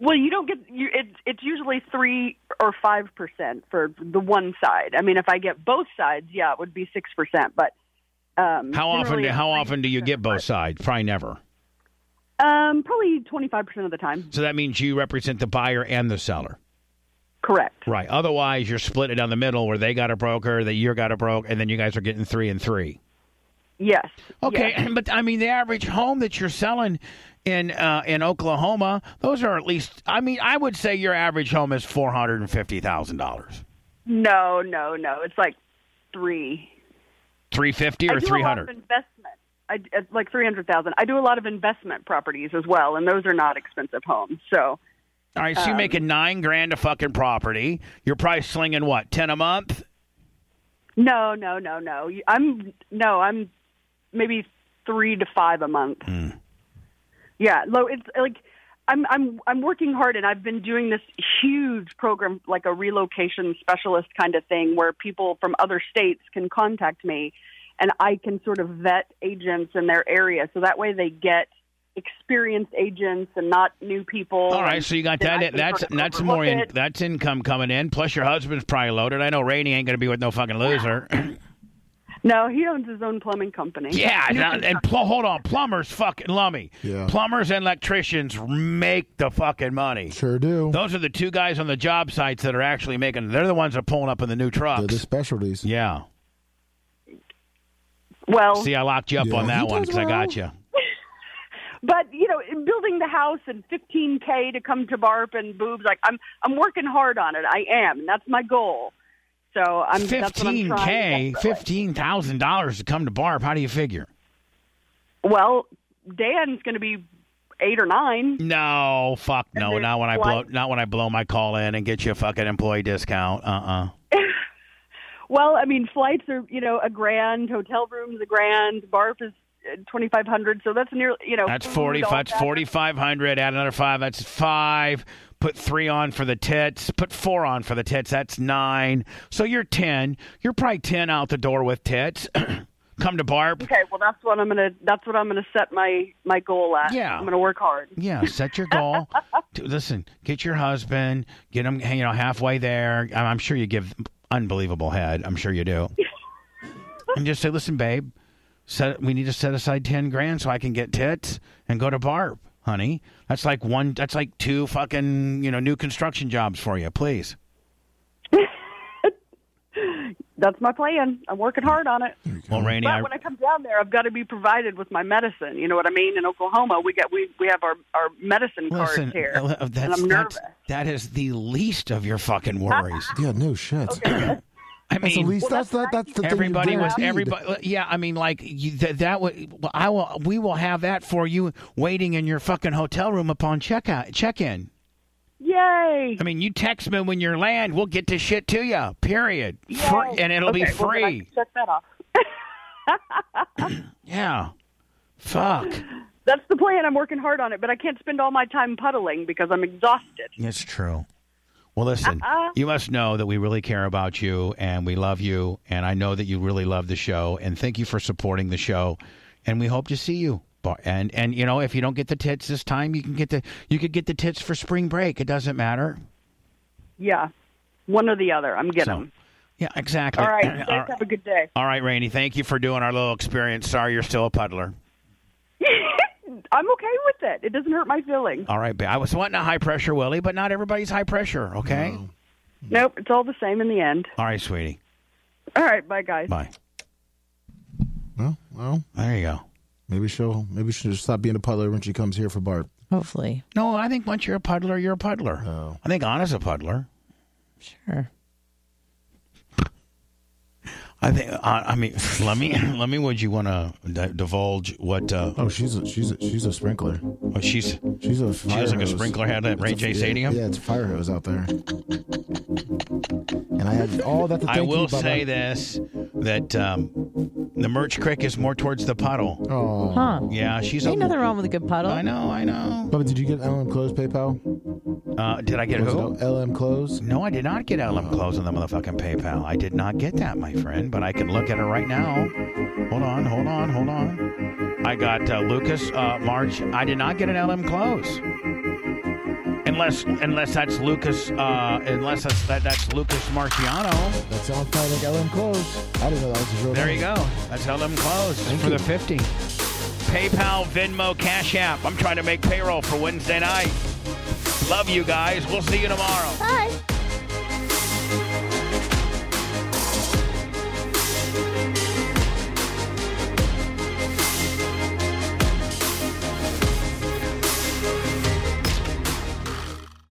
Well, you don't get you. It, it's usually three or five percent for the one side. I mean, if I get both sides, yeah, it would be six percent. But um, How often? generally Do, it's how like, often do you get both sides? Probably never. Um, probably twenty five percent of the time. So that means you represent the buyer and the seller. Correct. Right. Otherwise, you're split it down the middle, where they got a broker, that you got a broker, and then you guys are getting three and three. Yes. Okay, but I mean the average home that you're selling in uh, in Oklahoma, those are at least. I mean, I would say your average home is four hundred and fifty thousand dollars, No, no, no. It's like three. three fifty I or do three a lot of hundred. investment. I it's like three hundred thousand. I do a lot of investment properties as well, and those are not expensive homes. So All right, so you're um, making nine grand a fucking property. You're probably slinging what ten a month. No, no, no, no. You- I'm no, I'm maybe three to five a month. Hmm. Yeah, low. It's like I'm I'm I'm working hard, and I've been doing this huge program, like a relocation specialist kind of thing, where people from other states can contact me, and I can sort of vet agents in their area, so that way they get experienced agents and not new people. All right, so you got that. That's that's more in, that's income coming in. Plus, your husband's probably loaded. I know Rainey ain't going to be with no fucking loser. No, he owns his own plumbing company. Yeah, New now- and pl- hold on, plumbers fucking lummy. Plumbers and electricians make the fucking money. Sure do. Those are the two guys on the job sites that are actually making. They're the ones that are pulling up in the new trucks. They're the specialties. Yeah. Well, see, I locked you up Yeah. on He that does one because I got you. But you know, in building the house and 15k to come to Barp and boobs, like I'm, I'm working hard on it. I am, and that's my goal. So I'm that's what I'm Fifteen trying k, to get. fifteen thousand dollars to come to Barb. How do you figure? Well, Dan's going to be eight or nine. No, fuck no. Not when I blow. like- Not when I blow my call in and get you a fucking employee discount. Uh uh Well, I mean, flights are you know a grand, hotel rooms a grand, Barp is twenty five hundred. So that's nearly you know That's food, forty. all That's that. forty five hundred. Add another five. That's five. Put three on for the tits. Put four on for the tits. That's nine. So you're ten. You're probably ten out the door with tits. Come to Barb. Okay, well that's what I'm gonna that's what I'm gonna set my my goal at. Yeah. I'm gonna work hard. Yeah, set your goal. To- Listen, get your husband. Get him, you know, halfway there. I'm I'm sure you give unbelievable head. I'm sure you do. and just say, "Listen, babe, set, we need to set aside ten grand so I can get tits and go to Barb, honey. That's like one. That's like two fucking you know new construction jobs for you, please." That's my plan. I'm working hard on it. Well, Rainey, I, But when I come down there, I've got to be provided with my medicine. You know what I mean? In Oklahoma, we get we we have our our medicine listen. cards here, uh, uh, and that's, I'm nervous. that's that is the least of your fucking worries. yeah, no shit. I That's the mean, least- Well, that's- that's- that's the thing you everybody was guaranteed. everybody. Yeah, I mean, like you, that, that would. well, I will. We will have that for you waiting in your fucking hotel room upon check out check in. Yay! I mean, you text me when you land. We'll get this shit to you. Period. Free, and it'll be Okay, well, then I free. can check that off. yeah. Fuck. That's the plan. I'm working hard on it, but I can't spend all my time puddling because I'm exhausted. It's true. Well, listen, Uh-uh. you must know that we really care about you and we love you. And I know that you really love the show. And thank you for supporting the show. And we hope to see you. Bar- And and you know if you don't get the tits this time, you can get the you could get the tits for spring break. It doesn't matter. Yeah, one or the other. I'm getting So, them. Yeah, exactly. All right. All You guys right. have a good day. All right, Rainey. Thank you for doing our little experience. Sorry, you're still a puddler. I'm okay with it. It doesn't hurt my feelings. All right, ba- I was wanting a high pressure Willie, but not everybody's high pressure. Okay. Mm. Nope, it's all the same in the end. All right, sweetie. All right, bye guys. Bye. Well, well. There you go. Maybe she'll maybe she'll just stop being a puddler when she comes here for Barb. Hopefully. No, I think once you're a puddler, you're a puddler. Oh. I think Anna's a puddler. Sure. I think. I, I mean, let me let me. Would you want to d- divulge what? Uh, oh, she's a, she's a, she's a sprinkler. Oh, she's she's a she has fire like a hose. sprinkler head at It's Ray a- J yeah, Stadium? Yeah, it's a fire hose out there. And I have all that. To thank I will you, Bubba. say this: that um, the Merch Creek is more towards the puddle. Oh, Huh. yeah, she's Ain't a, nothing wrong with a good puddle. I know, I know. Bubba, did you get LM Clothes PayPal? Uh, did I get Was who? it LM Clothes? No, I did not get LM Clothes on the motherfucking PayPal. I did not get that, my friend, but I can look at it right now. Hold on, hold on, hold on. I got uh, Lucas uh, March. I did not get an LM Clothes. Unless, unless that's Lucas, uh, unless that's that, that's Lucas Marciano. That sounds kind of like LM Clothes. I didn't know that was his real There name. you go. That's LM Clothes for the fifty. PayPal, Venmo, Cash App. I'm trying to make payroll for Wednesday night. Love you guys. We'll see you tomorrow. Bye.